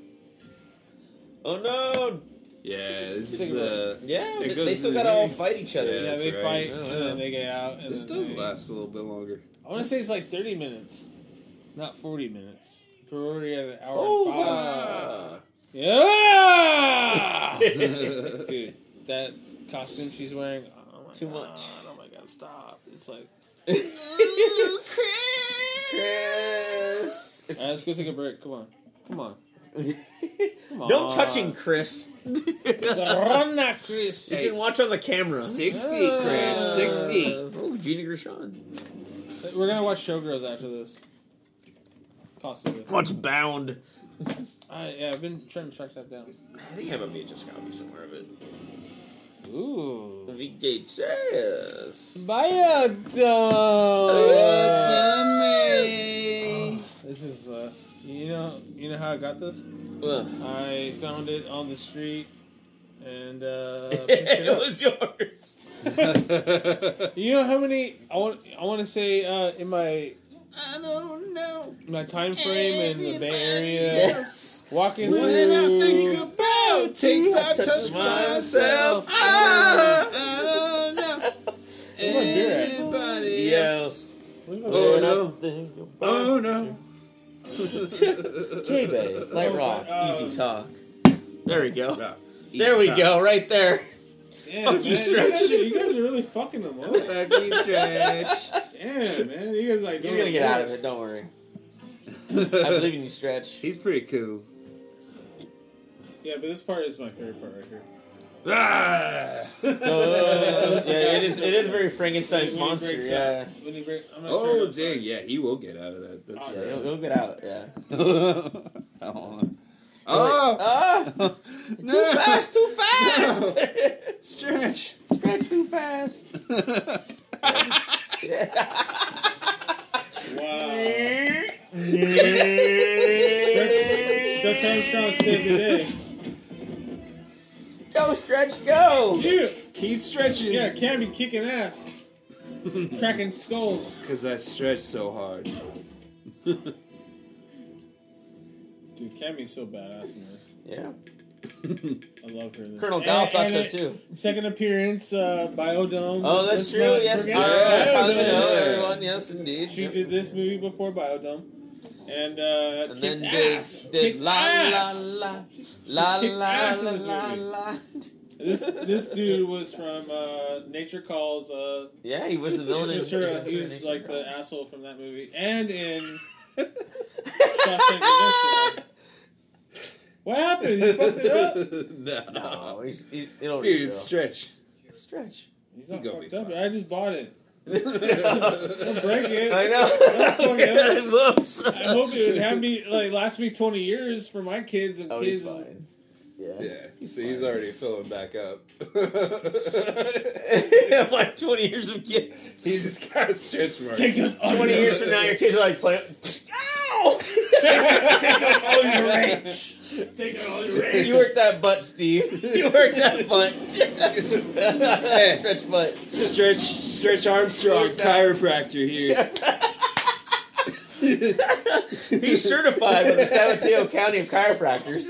oh no!
Yeah, this is
Think
the.
Yeah,
It
but
goes
they
to
still
the
gotta all
beginning.
fight each other.
Yeah,
Yeah,
that's
they
right.
fight
Yeah,
and then
yeah.
they get out. And
This
then
does
they-
last a little bit longer.
I want to say it's like 30 minutes, not 40 minutes. If We're already at an hour
Oh,
and five.
wow.
Yeah, dude, that costume she's wearing. Oh my
Too
God,
much.
Oh my God, stop! It's like
Chris.
All right, let's go take a break. Come on, come on.
no touching, Chris.
Run that, Chris.
You can watch on the camera.
Six
feet, Chris. Six
Uh, Oh, Gina Gershon.
We're gonna watch Showgirls after this. Possibly.
Watch Bound.
I, yeah, I've been trying to track that down.
I think I have a VHS copy somewhere of it.
Ooh.
VHS.
Biodome. This is uh, you know, you know how I got this.
Ugh.
I found it on the street and uh, picked it
it
up.
was yours.
you know how many I want I want to say uh, in my
I don't know.
my time frame in the Bay Area
Yes.
walking
When
through
about
things I
touch
touch myself.
Ah,
Where's my beer at?
yes.
Where's my
Oh
beer at?
no.
Oh no.
K Bay, light rock, easy talk. There we go.
Yeah.
There we go, right there.
Damn,
Fuck
man,
you,
you,
Stretch.
guys are, you guys are really fucking them up.
Fuck you, Oh, Stretch.
Damn, man, you guys like
You're gonna get out of it, don't worry. I believe in you, Stretch.
He's pretty cool.
Yeah, but this part is my favorite part right here.
Ah!
Uh, Oh, yeah, it is. It is very Frankenstein's
When he
monster.
breaks
Yeah,
up- when he break- I'm not sure
Oh
about that.
dang, yeah, he will get out of that.
yeah
That's
he'll, he'll get out. Yeah.
I don't know. Oh,
Ah, too
No.
fast! Too fast!
stretch.
Stretch too fast.
Wow. Stretch, Stretch Armstrong saved the day.
Go, Stretch, go!
Yeah,
Keep stretching.
yeah, Cammy kicking ass, cracking skulls.
Cause I stretch so hard.
Dude, Cammy's so badass in this.
Yeah.
I love her. In this.
Colonel
And-
Dow thought
and
so
it-
too.
Second appearance, uh, Biodome.
Oh, that's
Let's
true.
not
Yes,
forget
all right,
Yeah.
Kylie
Biodome.
Minogue, everyone. Yes, indeed.
She
Yep.
did this movie before Biodome, and uh,
And
kicked
then did,
ass.
did
kicked
la, la
ass.
la la
kicked
la
ass in
la
this
la
movie.
la.
This this dude was from uh, Nature Calls. Uh,
Yeah, he was the villain.
Ace
in
Ventura.
Ace
He
Ventura,
was
Nature
like
Girl.
the asshole from that movie, and in Shawshank Redemption. What happened? You fucked it up.
no.
No, he's, he, it'll
Dude, it's stretch.
stretch.
He's not
You gonna
fucked
be
up.
fine.
I just bought it.
Don't
break it.
I
fuck it
know. Whoops.
I hope it would have me like last me twenty years for my kids and
Oh, he's
kids.
fine. Yeah.
Yeah, so he's already filling back up.
like 20 years of kids.
he's just got a stretch marks.
Take them all
20 years from now, your kids are like playing. Ow!
Take it all your way.
you worked that butt, Steve. You worked that butt. Stretch butt.
Stretch, stretch Armstrong, chiropractor here.
He's certified by the San Mateo County of Chiropractors.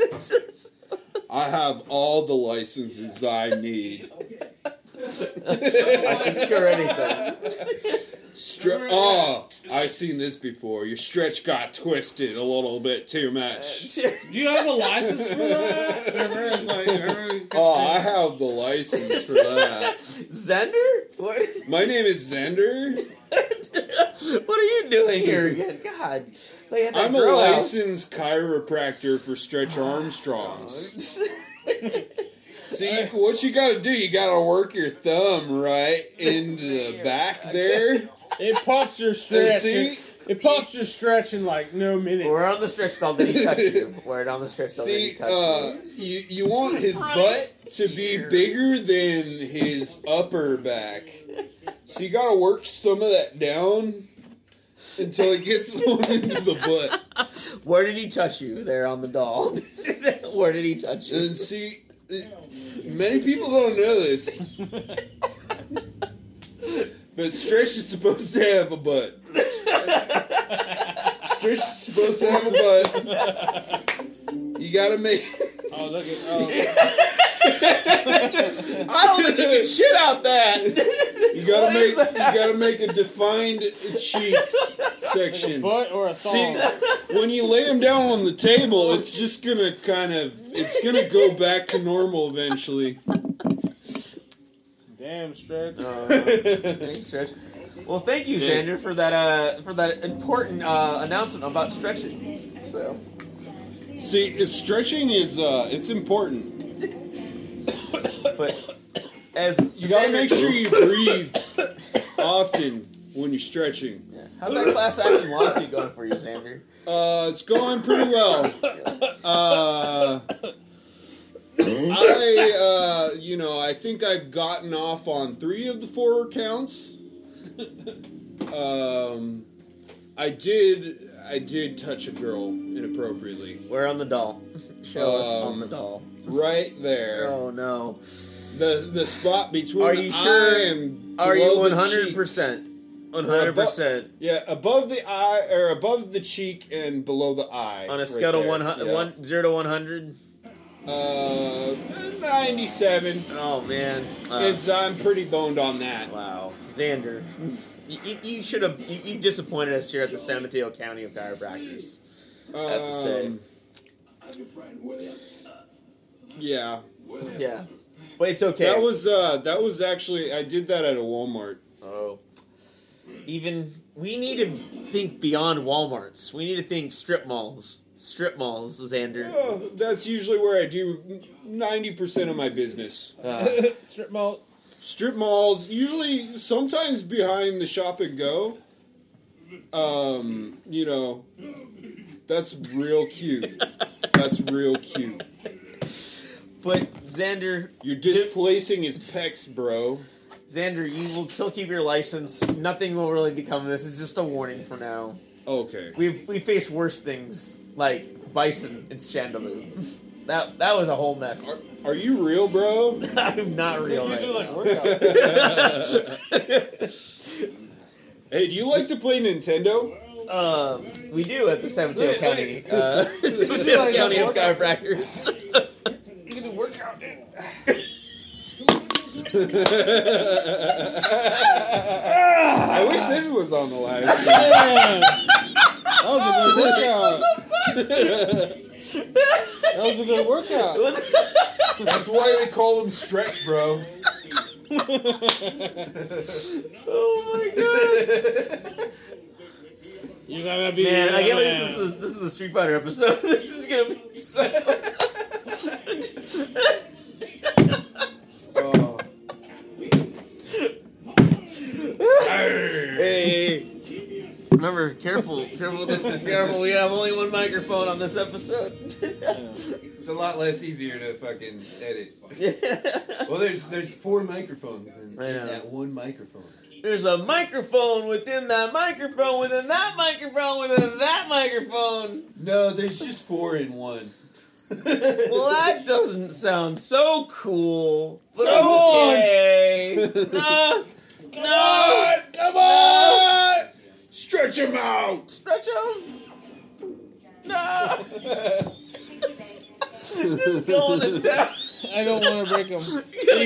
I have all the licenses I need.
I can cure anything.
Stre- oh, I've seen this before. Your stretch got twisted a little bit too
Uh,
much.
Do you have a license for that? Remember, it's like, remember-
Oh, I have the license for that.
Xander? What?
My name is Xander.
what are you doing here again? God. They had that Oh,
I'm a
grow house.
licensed chiropractor for Stretch Armstrongs. See, what you gotta do, you gotta work your thumb right into the back there.
It pops your stretch.
See?
It pops your stretch in like no minutes.
We're on the stretch ball. Did he touch you? We're on the stretch ball. Did he
See,
touch
uh,
you?
you, you want his
Right
butt to be
here.
bigger than his upper back. So you gotta work some of that down until it gets on into the butt.
Where did he touch you? There on the doll. Where did he touch you?
And see, many people don't know this, but Stretch is supposed to have a butt. Stretch is supposed to have a butt. You gotta make.
oh look at oh,
I don't think you can shit out that.
You gotta
What is
make.
that?
You gotta make a defined cheeks section.
butt or a thong.
See, when you lay them down on the table, it's just gonna kind of. It's gonna go back to normal eventually.
Damn stretch.
Oh. Thanks, Stretch. Well, thank you, Xander, for that uh, for that important uh, announcement about stretching. So
See, it's- stretching is uh, it's important.
But as
You gotta
Xander-
make sure you breathe often when you're stretching.
How's that class action lawsuit going for you, Xander?
Uh, it's going pretty well. Uh, I, uh, you know, I think I've gotten off on three of the four counts. Um, I did, I did touch a girl inappropriately,
We're on the doll. Show us on
Um,
the doll.
right there.
Oh no.
The the spot between.
Are you sure?
I am
Are you
below
one
the
hundred
cheek.
percent? One hundred percent.
Yeah, above the eye or above the cheek and below the eye.
On a
right
scale of
there.
one hundred,
Yeah.
one zero to one hundred.
Uh, 97.
Oh man. Uh,
It's, I'm pretty boned on that.
wow, Xander, you, you, you should have you, you disappointed us here at the San Mateo County of Chiropractors. have to say.
Um, yeah,
Yeah, but it's okay.
that was uh, that was actually I did that at a Walmart.
Oh. Even we need to think beyond WalMarts. We need to think strip malls. Strip malls, Xander.
Oh, that's usually where I do ninety percent of my business.
Uh,
Strip malt.
Strip malls, usually sometimes behind the shop and go. Um, you know, that's real cute. That's real cute.
but Xander,
You're displacing his pecs, bro.
Xander, you will still keep your license. Nothing will really become of this. It's just a warning for now.
Okay.
We've we faced worse things like bison and chandelier. That that was a whole mess.
Are you real, bro?
I'm not real.
You
Right
do like
now.
workouts.
Hey, do you like to play Nintendo?
Um, we do at the San Mateo
Wait,
County,
wait.
uh, San Mateo
like a
County of
workout.
Chiropractors.
You can do workout. dude.
I wish this was on the live.
Damn. That was a good workout. That was a good workout.
That's why they call him Stretch, bro.
oh my god.
You gotta be.
Man, I can't believe this is the, this is the Street Fighter episode. This is gonna be so.
Oh.
hey, remember, careful, careful, careful. We have only one microphone on this episode.
It's a lot less easier to fucking edit. Well, there's there's four microphones in, in
I know.
that one microphone.
There's a microphone within that microphone, within that microphone, within that microphone.
No, there's just four in one.
Well, that doesn't sound so cool. But
Come on.
okay. No. No.
Come on! Stretch him out!
Stretch him. No. Just going to town.
I don't want to break him.
See,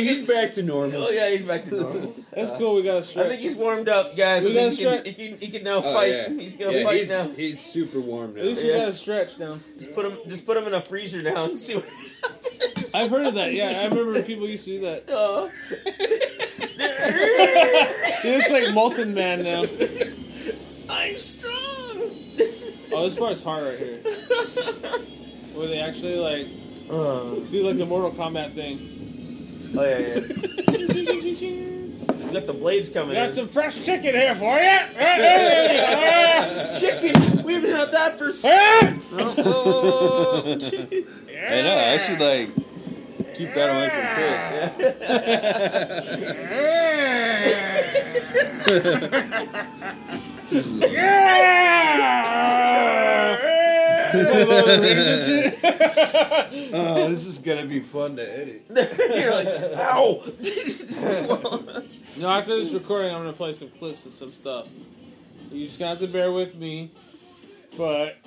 he's back to normal.
Oh, yeah, he's back to normal. Uh,
That's cool. We got a stretch.
I think he's warmed up, guys. I
We gotta
think he, can,
stretch.
he, can, he can now
Oh,
fight.
yeah.
He's gonna
Yeah,
fight
he's,
now.
He's super warm now.
At least we
Yeah.
got a stretch now.
Just put him. Just put him in a freezer now and see what happens.
I've heard of that. Yeah, I remember people used to do that.
Oh.
He looks like Molten Man now.
I'm strong.
Oh, Oh, this part's hard right here. Where they actually like do like the Mortal Kombat thing.
Oh yeah, yeah. You got the blades coming
Got
in.
some fresh chicken here for you.
Chicken. We haven't had that for. Oh.
I know. I should like keep that away from Chris. Oh, this is gonna be fun to edit.
You're like, ow.
no, after this recording, I'm gonna play some clips of some stuff. You just gonna have to bear with me, but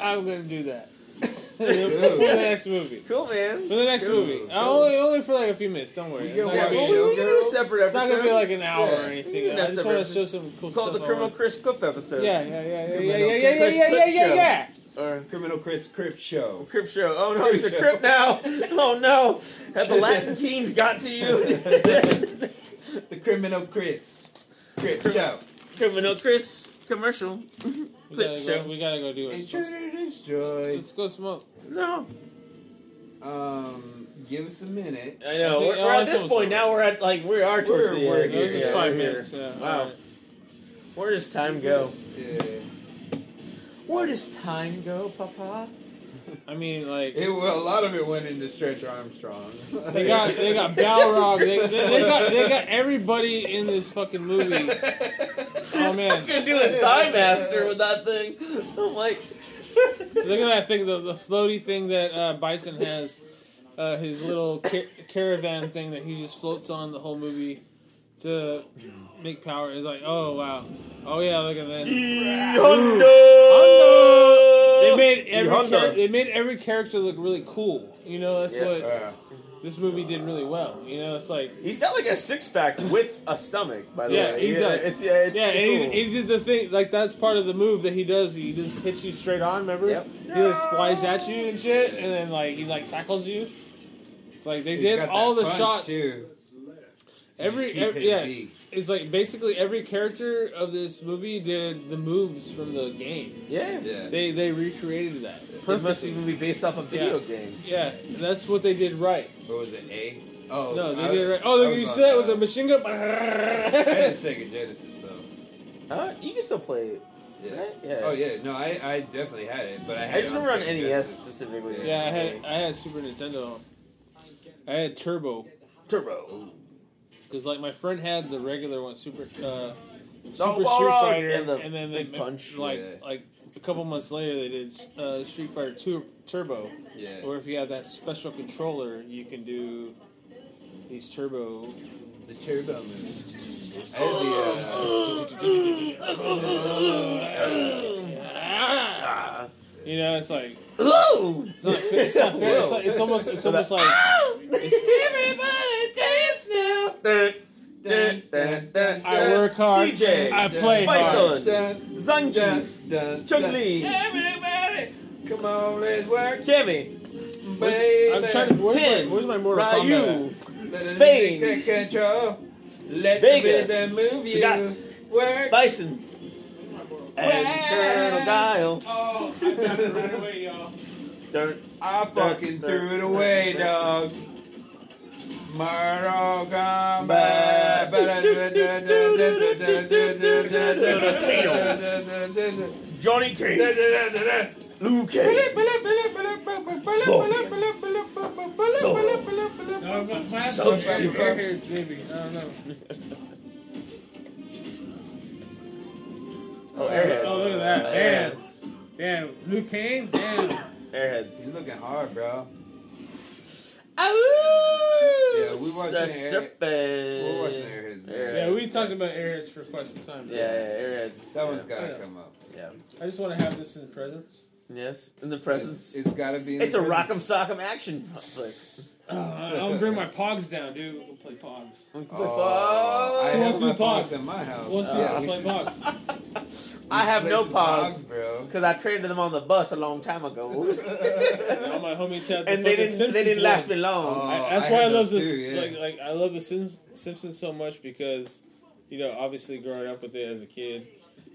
I'm gonna do that for the next movie.
cool, man.
For the next movie, Uh, only only for like a few minutes. Don't worry.
You
I'm
gonna
not
Yeah,
watch
gonna-
well, we, we can do a separate
It's not
episode.
gonna be like an hour or
We can
anything.
do
I
a
just
separite
want to
episode.
show some cool
Call it
stuff.
the Criminal Chris Clip episode.
Yeah, yeah, yeah, yeah, yeah,
Criminal
yeah, yeah,
Chris
yeah, yeah,
Clip
yeah,
Show.
yeah.
Or
Criminal Chris Crip Show.
Crip Show. Oh no, he's a
Show.
Crip now. Oh no, have the Latin Kings got to you?
The Criminal Chris Crip Show.
Criminal Chris commercial.
We
Clip
gotta
show.
go. We gotta go do it.
Intruder destroyed.
Let's go smoke.
No,
Um, give us a minute.
I know.
Okay,
We're,
oh,
we're at
that's
this
almost
point
over.
now. We're at like we are towards
We're-
the
we're
end.
here,
This is
yeah,
five
we're here.
minutes. Yeah.
Wow.
alright.
Where does time go?
Yeah.
Where does time go, Papa?
I mean, like
It, well, a lot of it went into Stretch Armstrong.
they got they got Balrog. They, they, they got they got everybody in this fucking movie. Oh
I
man,
could do a Thigh Master with that thing. I'm like,
look at that thing. The the floaty thing that uh, Bison has. Uh, his little ca- caravan thing that he just floats on the whole movie to make power is like, oh wow, oh yeah, look at that. They
Honda.
made every
Honda.
char- they made every character look really cool. You know, that's
Yeah.
what
Uh,
this movie did really well. You know, it's like
He's got like a six pack with a stomach, by the
Yeah,
way.
he does.
It's, yeah, it's
yeah,
pretty
and
cool.
he, he did the thing like that's part of the move that he does. He just hits you straight on. Remember,
Yep.
he just flies at you and shit, and then like he like tackles you. It's like they
he's
did
got
all
that
the
punch,
shots.
too.
Every,
Just keep
every
hitting
yeah,
B.
it's like basically every character of this movie did the moves from the game.
yeah.
Yeah.
They they recreated that.
It must
Perfectly.
even be based off a video
Yeah.
game.
Yeah, that's what they did right.
what was it? A. Oh
No, they
I-
did it right. Oh, look,
I
you
was
said it
on,
with
uh,
a machine gun.
I had a Sega Genesis though.
Huh? You can still play it.
Yeah.
Right? Yeah.
Oh yeah. No, I, I definitely had it, but I had
I just
it on
remember on
Sega
NES
Genesis.
specifically.
yeah, I had I had Super Nintendo. I had Turbo
Turbo.
because like my friend had the regular one, Super uh, Super Street
Balrog
Fighter,
and
and,
the
then they
big punch.
like
Yeah.
like a couple months later they did uh, Street Fighter Two Turbo,
Yeah.
or if you have that special controller, you can do these Turbo.
The turbo moves. I uh, had the. Uh,
Ah.
You know, it's like
Ooh.
it's not, fa- it's not fair. It's, like, it's almost it's almost like
Everybody dance now.
I work hard,
DJ.
I play hard.
Bison. Zangief. Chung Lee.
Everybody, come on, let's work,
Kami.
baby.
I'm trying to. Where's
Ken.
my, where's my Mortal Kombat?
Ryu.
At?
Let the
Spain.
music Take control. Let
Vega.
the rhythm move you.
Sagat.
Work.
Bison. And Colonel Dial.
Oh, I got it right away, y'all.
Dun.
I fucking
Dun,
threw it
dun,
away,
dun,
dog. Mortal Kombat.
Kato. Johnny Cage. Liu Kang.
No, Uh, my, my
So
my
stupid.
airheads, maybe. I don't know.
Oh,
Oh,
Airheads.
look at that. Damn.
Airheads.
Damn. Luke Kane? Damn.
Airheads.
He's looking hard, bro.
Yeah,
Yeah, we watching
the
Air-
serpent.
We're watching Airheads.
Airheads.
yeah, we talked about airheads for quite some time.
Yeah, yeah, Airheads.
That one's
yeah.
gotta
Yeah.
come up.
Yeah.
I just want to have this in presence.
Yes, in the
It's,
presence. It's,
it's gotta be. In
a
the
rock'em
presence.
sock'em action flick.
Uh, I'm gonna bring my pogs down, dude. We'll play pogs.
We can play
Uh,
Oh, I
fo-
have
We'll
my
see Pogs.
pogs in my
Oh,
house.
We'll see.
Yeah,
I'll
we
play
should-
pogs.
I have
play
no
some
pogs
bro.
because I traded them on the bus a long time ago,
And all my homies
and they
have. The fucking
didn't.
Simpsons
they didn't last me
ones.
long.
Oh.
I, that's
I
why
had
I
those
love this.
too, yeah.
Like, like I love the Sims, Simpsons so much because, you know, obviously growing up with it as a kid,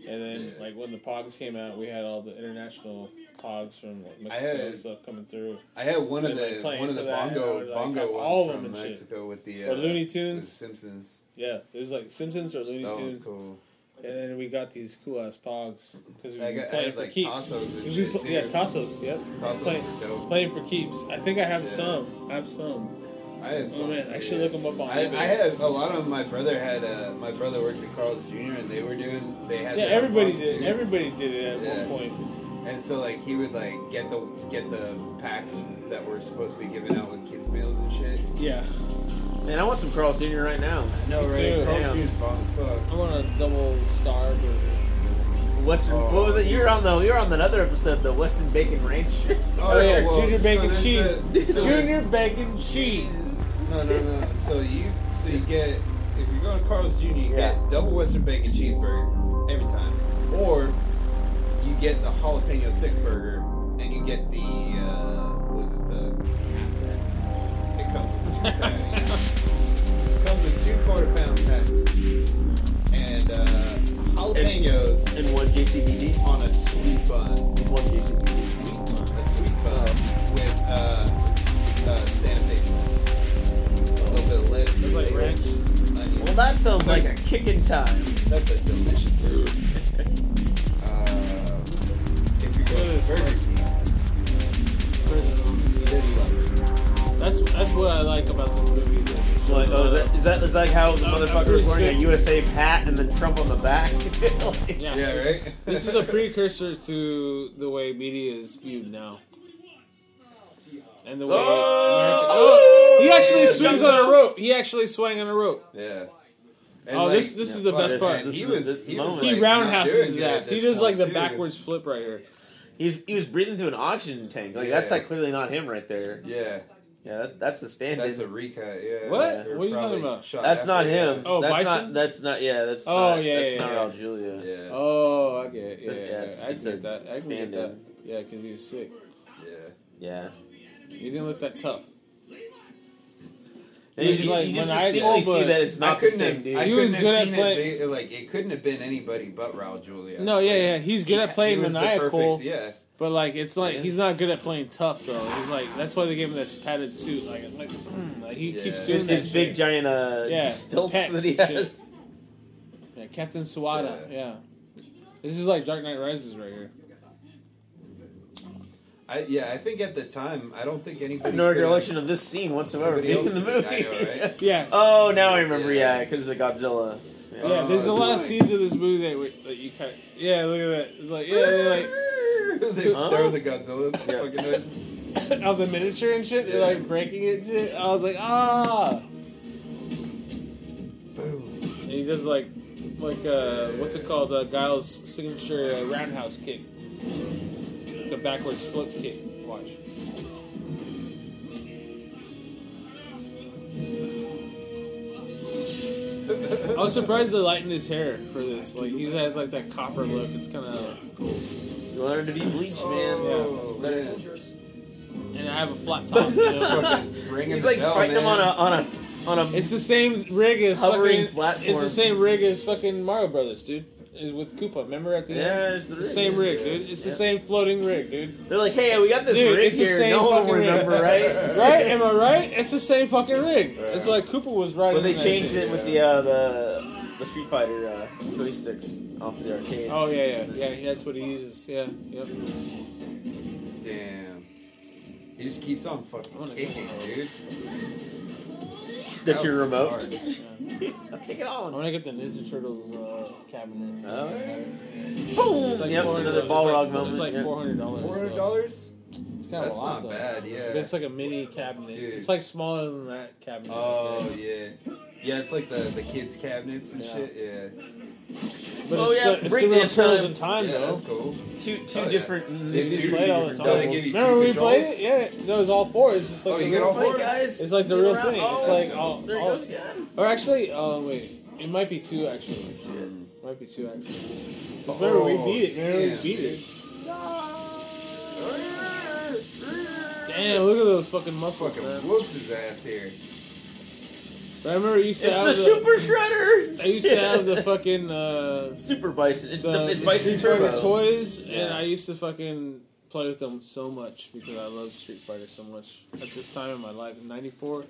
And then, like when the Pogs came out, we had all the international Pogs from like, Mexico
had-
and stuff coming through.
I had one of
They, like,
the
playing
one of
for
the
that,
bongo
and I would, like, have
bongo
all
ones
of
from
them and shit.
Mexico with the uh,
Or Looney Tunes.
with Simpsons.
Yeah, it was like Simpsons or Looney
That
Tunes,
was cool.
and then we got these cool ass Pogs because we
I,
were
got, I
playing
had
for
like
keeps.
tassos and
We
shit
pl-
too.
yeah, Tassos. Yep.
Tassos
Play-
were dope.
Playing for keeps. I think I have
Yeah.
some. I have some.
I have
Oh
some
man, I
too.
should look them up on
I,
eBay.
I had a lot of 'em. my brother had uh, my brother worked at Carl's Jr. and they were doing they had
yeah,
their own
everybody
box,
did.
too.
Everybody did it at
Yeah.
one point.
and so like he would like get the get the packs that were supposed to be given out with kids meals and shit.
Yeah.
Man, I want some Carl's Jr. right now.
No,
Me right? too.
Carl's
Damn.
Jr. bomb as fuck.
I want a double star burger.
Western.
Oh.
What was it? You were on the. You were on another episode, the Western Bacon Ranch.
Oh, yeah, junior
so
bacon
there's
cheese.
the- so there's-
junior bacon cheese.
No, no, no. So you, so you get if you're going to Carl's Jr., you
Yeah.
get double Western bacon cheeseburger every time, or you get the jalapeno thick burger, and you get the uh, was it the it comes with two patties. it comes with two quarter pound patties and uh, jalapenos
And one JCBD.
on a sweet bun,
One JCBD.
sweet bun, a sweet bun with uh, uh, sanitation. A little bit of lettuce.
It's like ranch.
Onion.
Well, that sounds like a kick in time.
That's a delicious burger. uh, if you go to Burger King, this one.
That's that's what I like about this movie. that they
Like,
showed
oh, is
a lot
that, is that is that how the
Oh,
motherfucker was wearing a
Bruce
USA hat and then Trump on the back? Like-
of- Yeah.
Yeah, right.
this is a precursor to the way media is viewed now. And the way America-
Oh!
Oh, he actually swings on
Jungle.
a rope. He actually swung on a rope.
yeah.
Oh, this- this is the
fuck,
best
this-
part.
he
This
was,
is- this
he was
moment.
He
like, not doing
roundhouses
good
that.
at
He
this
does like
point,
the
too.
backwards flip right here.
He was, he was breathing through an oxygen tank. Like that's
Yeah.
like clearly not him right there.
Yeah,
Yeah, that, that's a stand-in.
that's a recut. Yeah.
What?
They were
What are you talking
probably
about?
shot
That's
after
not
that.
him.
Oh,
that's
Bison?
not. That's not. Yeah, that's.
Oh,
not,
yeah,
That's
yeah,
not
yeah.
Raul Julia.
Yeah.
Oh, I get it.
It's a-
Yeah,
yeah,
yeah,
it's-
I
it's a
get that. I get that.
stand-in.
Yeah, because he was sick.
Yeah.
Yeah.
He didn't look that tough.
And you
He's
just,
like,
you just
when I
distinctly
elbowed-
see that it's
I
not the
couldn't
same
have.
dude.
I
He
couldn't
was
have
good at
seen
play-
it. be- Like it couldn't have been anybody but Raul Julia.
No, yeah,
Like,
yeah. He's good at playing
he was the
maniacal,
perfect- Yeah.
but like it's like he's not good at playing tough though. He's like that's why they gave him this padded suit. Like, like, mm, like, he
Yeah.
keeps
His,
doing
his
that
big
shit.
giant uh,
yeah,
stilts
pecs
that he
and shit.
has.
Yeah, Captain Swada. Yeah. this is like Dark Knight Rises right here.
I, yeah, I think at the time, I don't think
I have
anybody.
no
could-
recollection of this scene whatsoever
Nobody
being in the
else
movie.
did. I know, right?
Yeah,
oh, now I remember.
Yeah.
Yeah, because of the Godzilla. Yeah.
yeah. There's a
it's
lot of
like-
scenes of this movie that, we, that you kind of yeah. Look at that. It's like yeah, they're
they
Huh?
throw the Godzilla. at the
Yeah.
fucking hood.
like of the miniature and shit. They're like breaking it. And shit. I was like ah.
Boom.
And he does like like uh what's it called? Uh, Giles' signature uh, roundhouse kick, the backwards flip kick. Watch. I was surprised they lightened his hair for this. Like he has like that copper look. It's kind of cool.
You learn to be bleached, man.
Oh,
Let
man.
And I have a flat top. you know?
Fucking ringing
He's
the
like
bell,
fighting him
man.
on a on a on a.
it's the same rig as
Hovering
fucking,
platform.
It's the same rig as fucking Mario Brothers, dude. Is with Koopa. Remember at the end?
yeah, it's the
It's the same rig, dude. It's the
Yeah.
same floating rig, dude.
They're like, hey, we got this
Dude,
rig
it's the
here.
same
No one
fucking
will
rig.
remember, right?
Right? Am I right? It's the same fucking rig. That's
Yeah.
why Cooper was right.
But they
in that
changed
shit.
it with the uh, the the Street Fighter uh, joysticks off the arcade.
Oh yeah, yeah, yeah. That's what he uses. Yeah, yep.
Damn. He just keeps on
I'm gonna
fucking
go
kicking,
home.
dude.
That's your
That
remote.
was
I'll take it
I'm
on.
gonna get the Ninja Turtles uh, cabinet.
Oh, yeah.
It's
Boom!
like
yep,
400
another
it's
Balrog
like,
moment.
It's like
yep.
four hundred dollars.
Four hundred dollars?
It's kind of
That's
a lot
not
though.
bad. Yeah.
It's like a mini cabinet.
Dude.
It's like smaller than that cabinet.
oh yeah. Yeah, it's like the the kids cabinets and
Yeah.
shit. Yeah.
But
Oh,
it's
yeah,
the, it's
break
the Real
dance
Turtles
time.
in time
yeah,
though.
that's cool.
Two two
Oh, yeah.
different.
They
two
do
Played
different
all the
doubles.
time.
They give you two
Remember we played
controls?
it? Yeah, no, it was all four. It's just like
Oh,
the
you get
real
all
four.
four?
Wait, guys,
It's like the
get
real
around.
thing.
Oh,
It's like all-
there he
all-
goes again.
Or actually, oh wait, it might be two actually.
Shit.
Might be two actually. 'Cause remember we
Oh,
beat it. Remember
damn.
we beat it. Damn! Look at those fucking muscles,
Fucking
man.
whoops his ass here.
But I remember I used to
It's
have
the super shredder.
I used to have the fucking uh,
super bison. It's
the,
the, it's
the
bison
Street Fighter
turbo.
toys, and
Yeah.
I used to fucking play with them so much because I love Street Fighter so much. At this time in my life, in '94,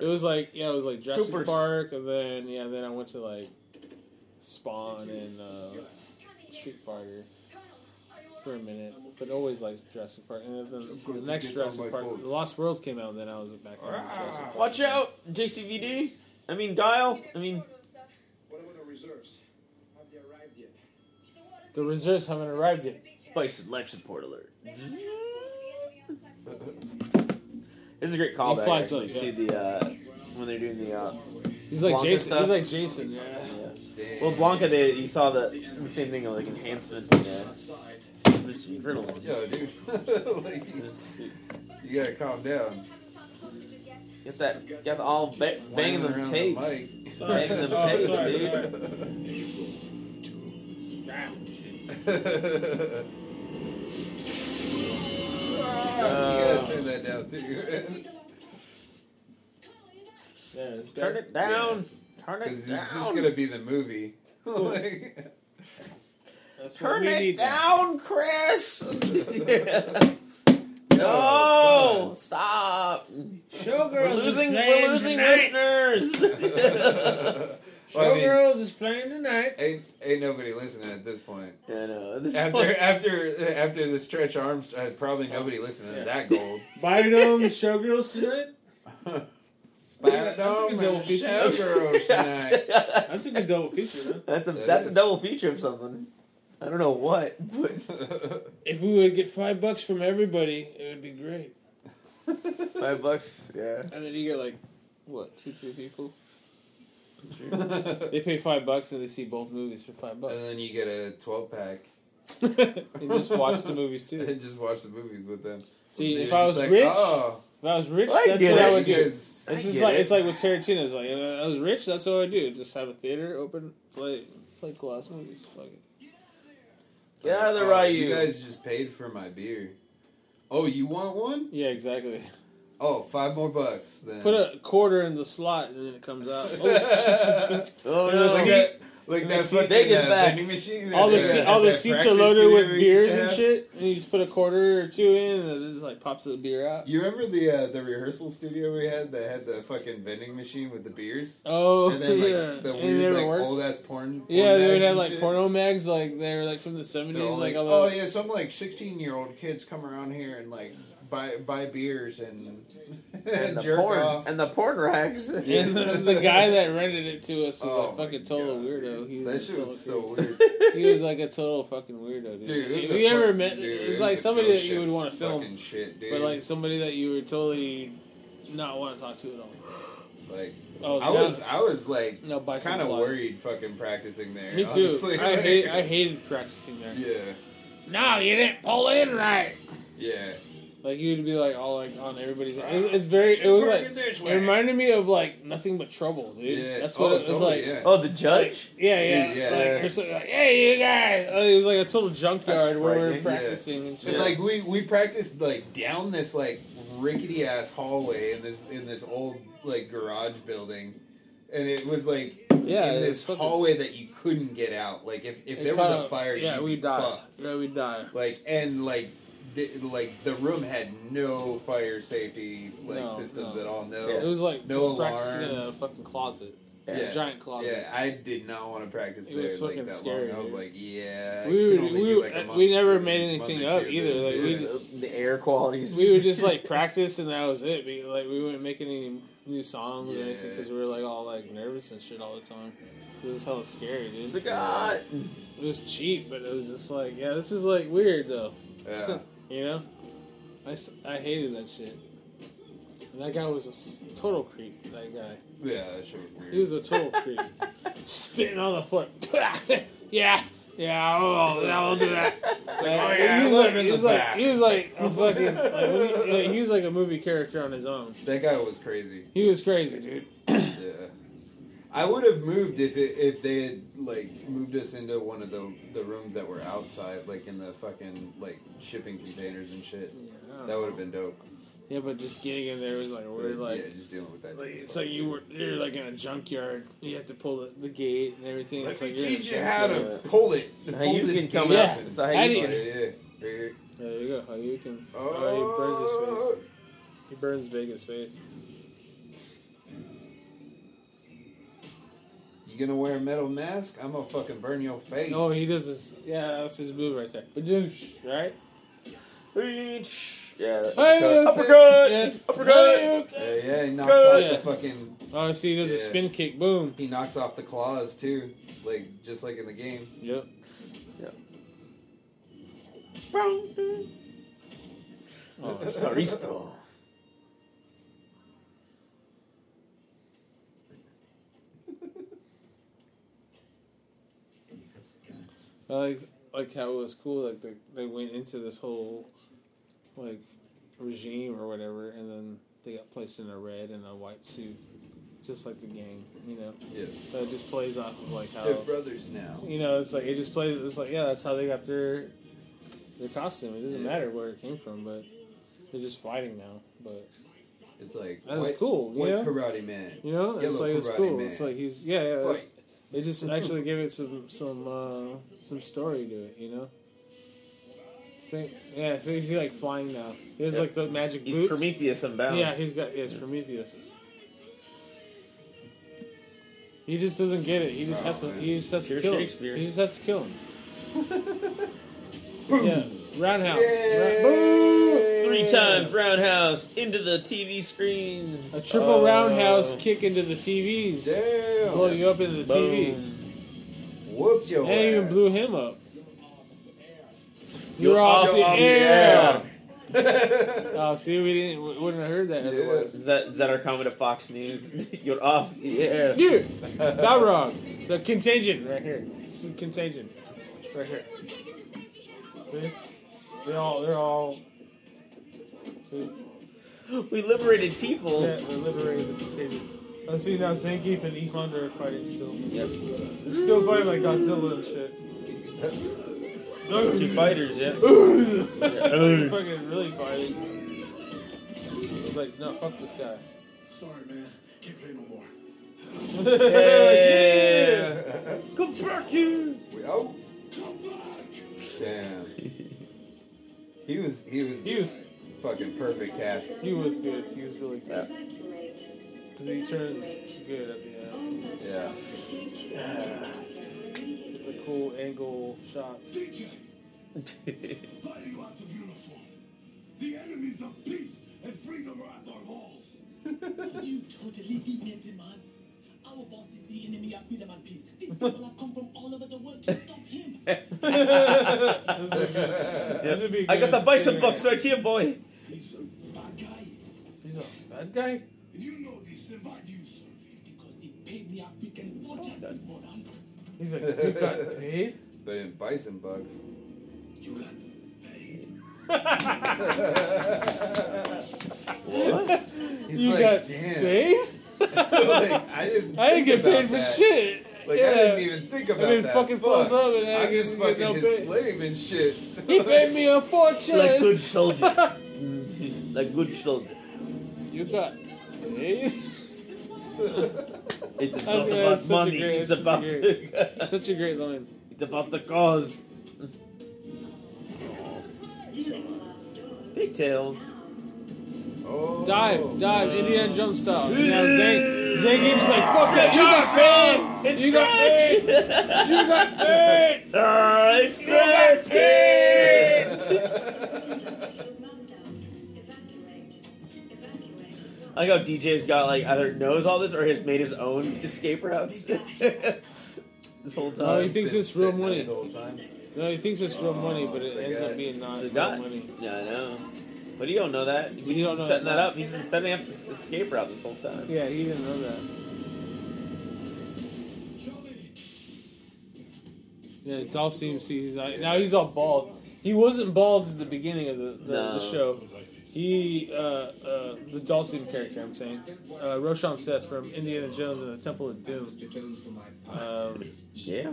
it was like yeah, it was like Jurassic
Troopers.
Park, and then yeah, then I went to like Spawn and uh, Street Fighter for a minute, but always like Jurassic Park. And then the, the next Jurassic Park, The Lost World came out, and then I was back on Jurassic Park.
Watch out, JCVD. I mean Guile. I mean
What about our reserves? Have they arrived yet?
The reserves haven't arrived yet.
bison life support alert. This is a great callback.
flies
actually,
up,
to
yeah.
the uh, when they're doing the uh,
He's like
Blanca
Jason.
stuff?
He's like Jason. Yeah.
well Blanca. They you saw the, the same thing like enhancement. Yeah. This adrenaline.
Yo, dude. like, you gotta calm down.
Get that. Got all ba- banging them
Around
tapes.
mic.
Banging them
Oh,
tapes,
sorry,
dude.
sorry.
you
Uh,
gotta turn that down too.
Yeah, it's
Turn
back.
it down. Turn it
Because it's
down.
just gonna be the movie. Like,
That's what
Turn
we
it
need.
down, Chris. No,
Oh,
stop.
Showgirls
We're losing.
is
We're
playing
losing
tonight.
listeners.
Well, I mean,
Showgirls is playing tonight.
ain't, ain't nobody listening at this point.
Yeah, no. This is
After after after the stretch arms, uh, probably nobody listening to that gold.
Bite 'em, Showgirls tonight.
Bad dog
good double
and
feature.
showgirls tonight.
That's a good double feature. Man.
That's a
That
that's a
is.
double feature of something. I don't know what, but
If we would get five bucks from everybody, it would be great.
five bucks. Yeah,
And then you get like, what, two, three people?
that's true.
and
They pay five bucks and they see both movies for five bucks.
then you get a twelve pack
and just watch the movies too.
and just watch the movies with them.
See,
They're
if I
just
was
like,
rich,
oh,
if I was rich,
I
that's
get
what
it.
I
you
would do.
guys-
I
It's just
get
like
it.
it's like with Tarantino's. Like, if I was rich, that's what I would do. Just have a theater open, play, play cool ass movies. Fuck it.
Get out of the
oh,
Ryu.
You guys just paid for my beer. Oh, you want one?
Yeah, exactly.
Oh, five more bucks then.
Put a quarter in the slot and then it comes out. Oh,
oh no!
like that, like that
see,
fucking
Vegas
uh,
back.
vending machine.
all the
that-
se- all the
that
seats are
practice
loaded
studio
with
we used
beers
to
and
have.
shit, and you just put a quarter or two in, and it just like pops the beer out.
You remember the uh, the rehearsal studio we had that had the fucking vending machine with the beers?
Oh,
and then like
yeah.
the
And it
weird
never
like
worked.
old ass porn. porn
yeah, they would
mags
have
and
like
shit.
porno mags, like they were like from the
They're all
seventies,
like,
like,
oh
all the
yeah, some like sixteen year old kids come around here and like buy buy beers and,
And the
jerk
porn
off.
and the porn racks.
"Oh, Yeah.
And the, the guy that rented it to us was
Oh
a
my
fucking total
God,
weirdo. He
that
was a
shit was so
total
weird.
creep. He was like a total fucking weirdo, dude.
Dude, it was
if
a
you ever
fucking-
met,
dude, it
it's
was
like
a
somebody that you
bullshit
would want to film,
fucking shit, dude.
but like somebody that you would totally not want to talk to at all.
Like,
Oh,
I
yeah.
was I was like
No, buy some
kind of
flies.
worried fucking practicing there.
Me too.
honestly.
I hate. I hated practicing there.
yeah,
No, you didn't pull in right.
yeah.
Like you would be like all like on everybody's. It's, it's very. It was like. It reminded me of like nothing but trouble, dude.
Yeah.
That's what
oh,
it was
totally,
like.
Yeah.
Oh, the judge.
Yeah, yeah.
Dude, yeah.
Like, or something like, hey, you guys. Like, it was like a total junkyard where we were
frightening. Yeah.
practicing and shit.
And like we we practiced like down this like rickety ass hallway in this in this old like garage building, and it was like
Yeah,
in
it
this
was fucking-
hallway that you couldn't get out. Like if if
It
there was
kinda-
a fire,
yeah,
you'd
we
be
died.
fucked.
Yeah, we died.
Like and like the, like the room had no fire safety like
No,
systems
no.
at all. No,
It was like
No
practicing in a
alarms.
fucking closet,
yeah.
a giant closet.
Yeah, I did not want to practice
It
there
was
like
fucking
that
scary,
long. I was
dude.
like, yeah, I
We
can
would-
only
we
do, like, a
would-
month
we never
or-
made
month
anything
or
up
two of
either,
this.
like, we
Yeah.
just-
The air quality's.
we would just like practice and that was it. We, like we wouldn't make any new songs or
Yeah.
anything because we were like all like nervous and shit all the time. It was hella scary, dude.
Cigar.
It was cheap, but it was just like, yeah, this is like weird though.
yeah.
You know, I, s- I hated that shit. And that guy was a s- total creep. That guy,
Yeah, that shit was weird.
he was a total creep. Spitting on the floor. yeah, yeah, I'll, I'll do that. It's like,
oh, yeah,
he was
I live
like,
in
he
the
was like,
back.
he was like a fucking, like, we- like, he was like a movie character on his own.
that guy was crazy.
He was crazy, dude.
Yeah. I would have moved if it, if they had like moved us into one of the the rooms that were outside, like in the fucking like shipping containers and shit.
Yeah, I don't
That would
know.
have been dope.
Yeah, but just getting in there was like we're
yeah,
like,
just dealing with that.
like it's like you were you're like in a junkyard. You have to pull the, the gate and everything.
Let
it's
me
like you're in a
teach you how to
junkyard.
pull it.
How
pull
you
this
can come
gate.
up
up.
and-
It's not
How
how
do
you
you-
do it.
Yeah, yeah.
There you go. How you can.
Oh.
Oh, he burns his face. He burns Vegas' face.
You gonna wear a metal mask? I'm gonna fucking burn your face.
Oh, he does this. Yeah, that's his move right there. Badoosh, right?
Reach. Yeah. that-
Hey,
Uppercut.
yeah.
Uppercut.
yeah, yeah, he knocks
Good.
off
Yeah.
the fucking.
Oh, see, he does a
Yeah.
spin kick. Boom.
He knocks off the claws too, like just like in the game.
Yep.
Oh, Taristo.
I like like how it was cool. Like they they went into this whole like regime or whatever, and then they got placed in a red and a white suit, just like the gang. You know,
Yeah,
so it just plays off of like how
they're brothers now.
you know it's like it just plays. It's like yeah, that's how they got their their costume. It doesn't
Yeah.
matter where it came from, but they're just fighting now. But
It's like
that was
white-
cool. You
white
know,
karate man.
you know, it's
Yellow
like it's
Karate
cool.
Man.
It's like he's yeah. yeah
Fight.
They just actually gave it some some uh, some story to it, you know. So, yeah, so he's like flying now. He has
Yeah.
like the magic
He's
boots.
Prometheus unbound.
Yeah, he's got yes Prometheus. He just doesn't get it. He just
Oh,
has to.
man.
He just has to
Pure
kill
Shakespeare.
him. He just has to kill him. Yeah, roundhouse.
Yeah.
Ra- boom!
Three times roundhouse into the TV screens.
A triple
Oh.
roundhouse kick into the TVs.
Damn.
Blow you up into the TV.
Boom.
Whooped your
And even
ass.
blew him up.
You're
You're off,
off
the
the
air.
yeah.
Oh, see, we didn't we wouldn't have heard that otherwise.
Is that is that our comment at Fox News? You're off the air.
Dude, that wrong. So contagion right here. This is contagion right here. See, they're all they're all. See,
We liberated
yeah,
people.
they're liberated the contagion. Let's see now. Zangief and E Honda are fighting still.
Yep.
They're still fighting like Godzilla and shit.
Two fighters. Yep.
They're fucking really fighting. It's like, no, fuck this guy.
Sorry, man. Can't play no more.
yeah.
Come back here.
We- oh. Damn. He was he was
He was
fucking perfect cast.
he was good. He was really
Yeah.
good. Because he turns good at the end.
Yeah.
With the cool angle shots.
Fighting lots of uniform. The enemies of peace and freedom are at our halls.
You totally demented, man. Our boss is the enemy of freedom and peace. These people have come from all over the world to stop him.
This would be good. This would be
I got
good.
the bison box right here, boy.
He's a bad guy.
He's a bad guy?
You know this, then why do you serve him? Oh,
Because he paid me a freaking fortune, moron.
He's like, you got paid?
But in bison bucks.
You got paid.
What? He's
you
like,
got
damn.
paid?
Like, I didn't.
I didn't
think
get paid
about
for
that.
shit.
Like
yeah.
I didn't even think about
mean,
that.
fucking
Fuck.
falls up and I
I'm
guess
just
you get
fucking
no
his
pay.
slave and shit.
He paid me a fortune.
Like good soldier. like good soldier.
You got paid?
It is
I
not
mean,
about
it's such a
money.
great-
it's
it's such a
about
great- Such a great line.
it's about the cause. Pigtails.
Oh.
Dive, dive, Indiana Jones style. And now Zang, Zangief's like, fuck that, you
It's
got paid! you
Scratch!
got paid! You got paid!
Ah, it's
got
Scratch!
paid!
I like how DJ's got like either knows all this or has made his own escape routes this whole time.
Oh, he thinks it's real money.
The whole time.
No, he thinks it's real money,
Oh,
but
it's
it
the
ends
guy.
up being not
It's the
real
guy.
money.
Yeah, I know. But you don't know that. He's
don't
been
know
setting
that.
that up. He's been setting up this escape route this whole time.
Yeah, he didn't know that. Yeah, it's all seems he's like, now he's all bald. He wasn't bald at the beginning of the, the,
No.
the show. He, uh, uh, the Dalsim character, I'm saying, uh, Roshan Seth from Indiana Jones and the Temple of Doom. Um,
Yeah.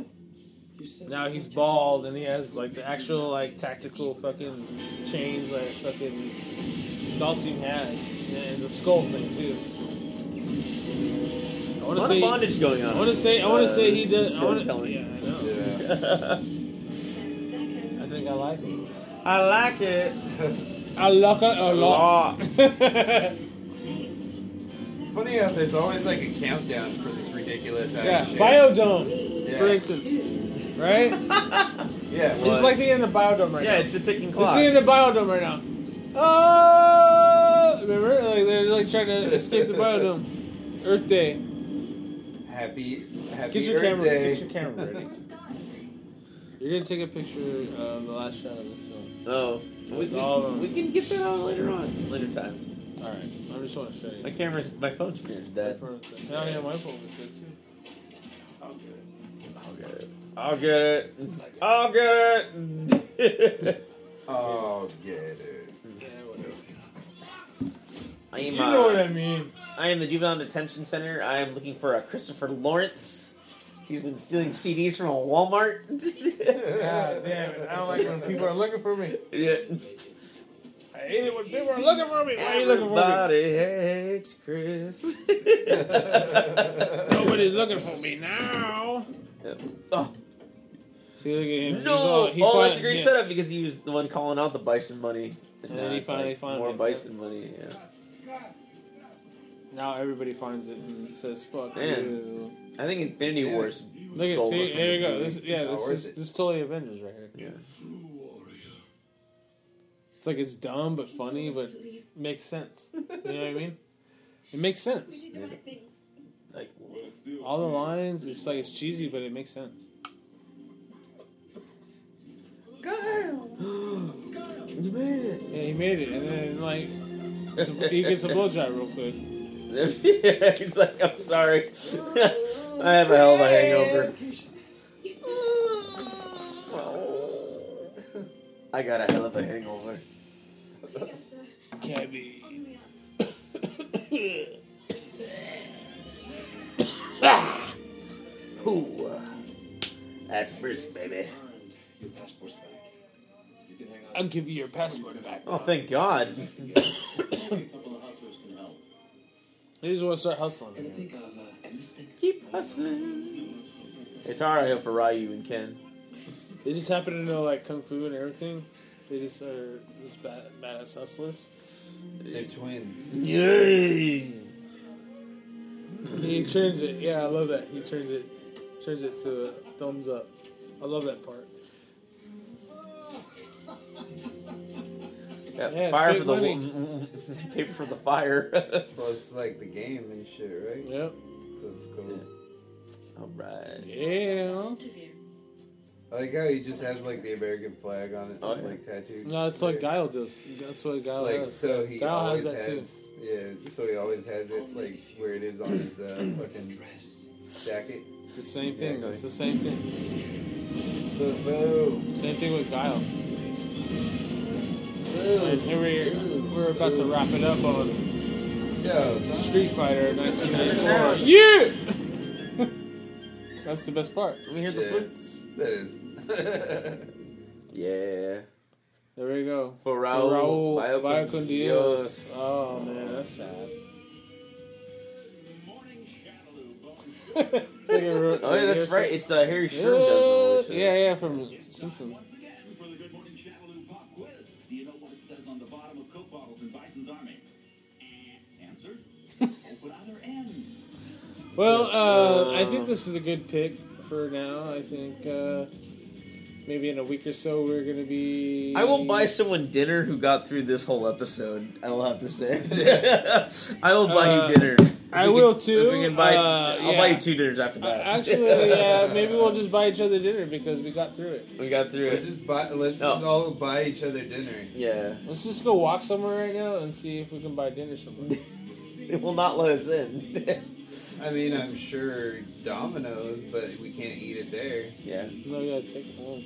now he's bald and he has like the actual like tactical fucking chains like fucking Dalsim has, and the skull thing too. I
A
want
lot
to
of
say.
bondage going on.
I want to
in
say.
this,
I want
uh,
to say he
this
does. I wanna,
storytelling.
yeah, I know. I think I like it.
I like it
I like it a
a
lot.
lot.
It's funny how there's always like a countdown for this ridiculous ass
yeah,
shit.
Biodome,
yeah.
for instance, right?
Yeah, well,
It's like the end of Biodome right now.
Yeah, it's the ticking
Let's
clock.
see in the biodome right now. Oh, remember? Like they're like trying to escape the biodome. Earth Day.
happy, happy
Get your
Earth
camera.
Day.
Get your camera ready. You're gonna take a picture of the last shot of this film.
Oh, we,
It's all
we,
on-
we can get that on later on, later time.
All right. I just want to show you.
My camera's, my phone's finished dead.
Oh yeah, my phone was good too.
I'll get it. I'll get it. I'll get it.
Oh, get it.
Yeah, whatever.
I am,
You
uh,
know what I mean.
I am the juvenile detention center. I am looking for a Christopher Lawrence. He's been stealing CDs from a Walmart.
God damn it! I don't like when people are looking for me.
yeah.
I hate it when people are looking for me. Why are you looking for me?
Everybody hates Chris.
Nobody's looking for me now.
oh,
See, look at him. He's
no!
all- he
oh,
fin-
that's a great
yeah.
setup because he was the one calling out the bison money.
And then he
it's
finally
like
found
more
it.
bison money. Yeah.
Now everybody finds it and says, "Fuck
Man.
you."
I think Infinity
Yeah.
War's
Look at
stole
see,
it from
there
this
you go.
movie.
This, yeah,
Not
this
worth
is
it.
this is totally Avengers right here.
Yeah.
It's like it's dumb but funny, but makes sense. You know what I mean? It makes sense.
Like, whoa.
All the lines, it's like it's cheesy, but it makes sense.
you made it.
Yeah, he made it, and then like he gets a blowjob real quick.
He's like, I'm sorry. I have a hell of a hangover. I got a hell of a hangover.
Cabby.
Ooh, that's brisk, baby.
Your passport's back. You can hang out.
I'll give you your passport back.
Oh, thank God.
A couple of hustlers can help.
They just want to start hustling.
And I
again.
think of uh, enlisting.
Keep hustling. It's hard out here for Ryu and Ken.
They just happen to know like kung fu and everything. They just are just bad, badass hustlers.
They're twins.
Yay!
He turns it. Yeah, I love that. He turns it, turns it to a thumbs up. I love that part.
Yeah,
Yeah, it's
fire
big
for the
money.
wo- paper for the fire.
Well, it's like the game and shit, right?
Yep.
That's cool.
All right.
Yeah.
I like how he just has like the American flag on it,
Oh, yeah.
like tattooed.
No, it's like Guile does. That's what
It's
Guile
like
does.
so he
Guile
always
has that too.
has. Yeah, so he always has it like where it is on his uh, fucking jacket.
It's the same thing.
Exactly.
It's the same thing.
Boo, boo,
Same thing with Guile. And
boo.
here we we're about to wrap it up on
Yo, son.
Street Fighter 1994. Yeah. That's the best part.
Let me hear the
Yeah.
flutes.
That is.
Yeah.
There we go.
For Raul,
Raul,
vaya con
vaya con
Dios.
Dios. Oh man, that's sad.
Oh yeah, that's right. It's uh, Harry Sherman does the voice.
Yeah, yeah, from Simpsons.
For the Good Morning Chataloo Pop Quiz. Do you know what it says on the bottom of Coke bottles in Bison's Army? Eh, Answers? Open other ends.
Well, uh, I
Um,
think this is a good pick for now. I think uh, maybe in a week or so we're gonna be. Uh,
I will buy someone dinner who got through this whole episode. I will have to say, I will buy
Uh,
you dinner. If
I
we
will
can-
too.
if we can buy,
Uh,
I'll
yeah.
buy you two dinners after
Uh,
that.
actually, yeah, maybe we'll just buy each other dinner because we got through it.
we got through
Let's
it.
just buy. Let's
No.
just all buy each other dinner.
Yeah,
Let's just go walk somewhere right now and see if we can buy dinner somewhere.
they will not let us in.
I mean, I'm sure Domino's, but we can't eat it there.
yeah,
no, yeah, take it home.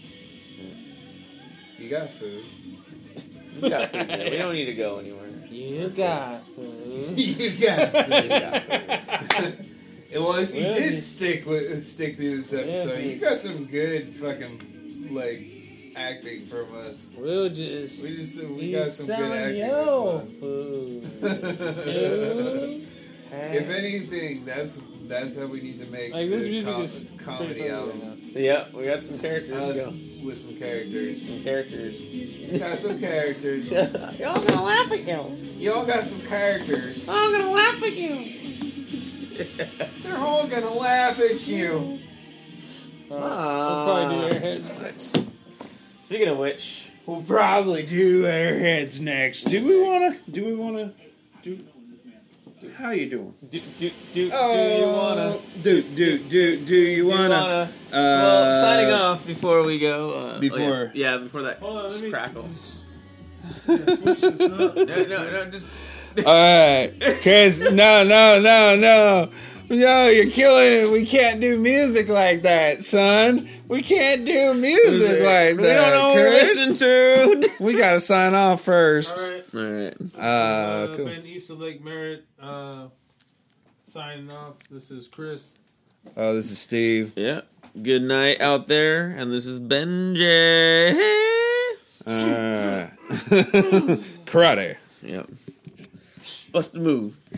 You got food.
we got food there. We don't need to go anywhere.
You got food.
you got
food.
well, if you
Well, you-
uh, did stick with stick through this episode, you
please.
got some good fucking like acting from us.
We'll just
We just we
eat
got some good acting this
yo
one.
food.
If anything, that's that's how we need to make
Like this
the
music
com-
is
comedy
Uh,
album.
Yeah, we got some characters.
Us
to go.
with some characters.
Some characters.
got some characters.
Y'all gonna laugh at you.
Y'all got some characters.
I'm gonna laugh at you.
They're all gonna laugh at you.
We'll probably do airheads next.
Speaking of which,
We'll probably do airheads next. Do we wanna? Do we wanna? Do? How you doing?
do do do, do you wanna?
Do do do do you
Do you
Oh. wanna?
wanna?
Uh,
well, signing off before we go. Uh,
Before-
oh, yeah, yeah, before that
Hold on, let me-
crackle.
Switch this up.
No, no, no, just
All right, Chris. No, no, no, no, no. You're killing it. We can't do music like that, son. We can't do music like that.
we don't know what we're
Chris.
listening to.
We gotta sign off first.
All right.
All right.
Uh,
uh,
cool.
Ben East of Lake Merritt uh, signing off. This is Chris.
Oh, this is Steve.
Yeah. Good night out there, and this is Benji.
Uh, karate.
Yep. Bust a move.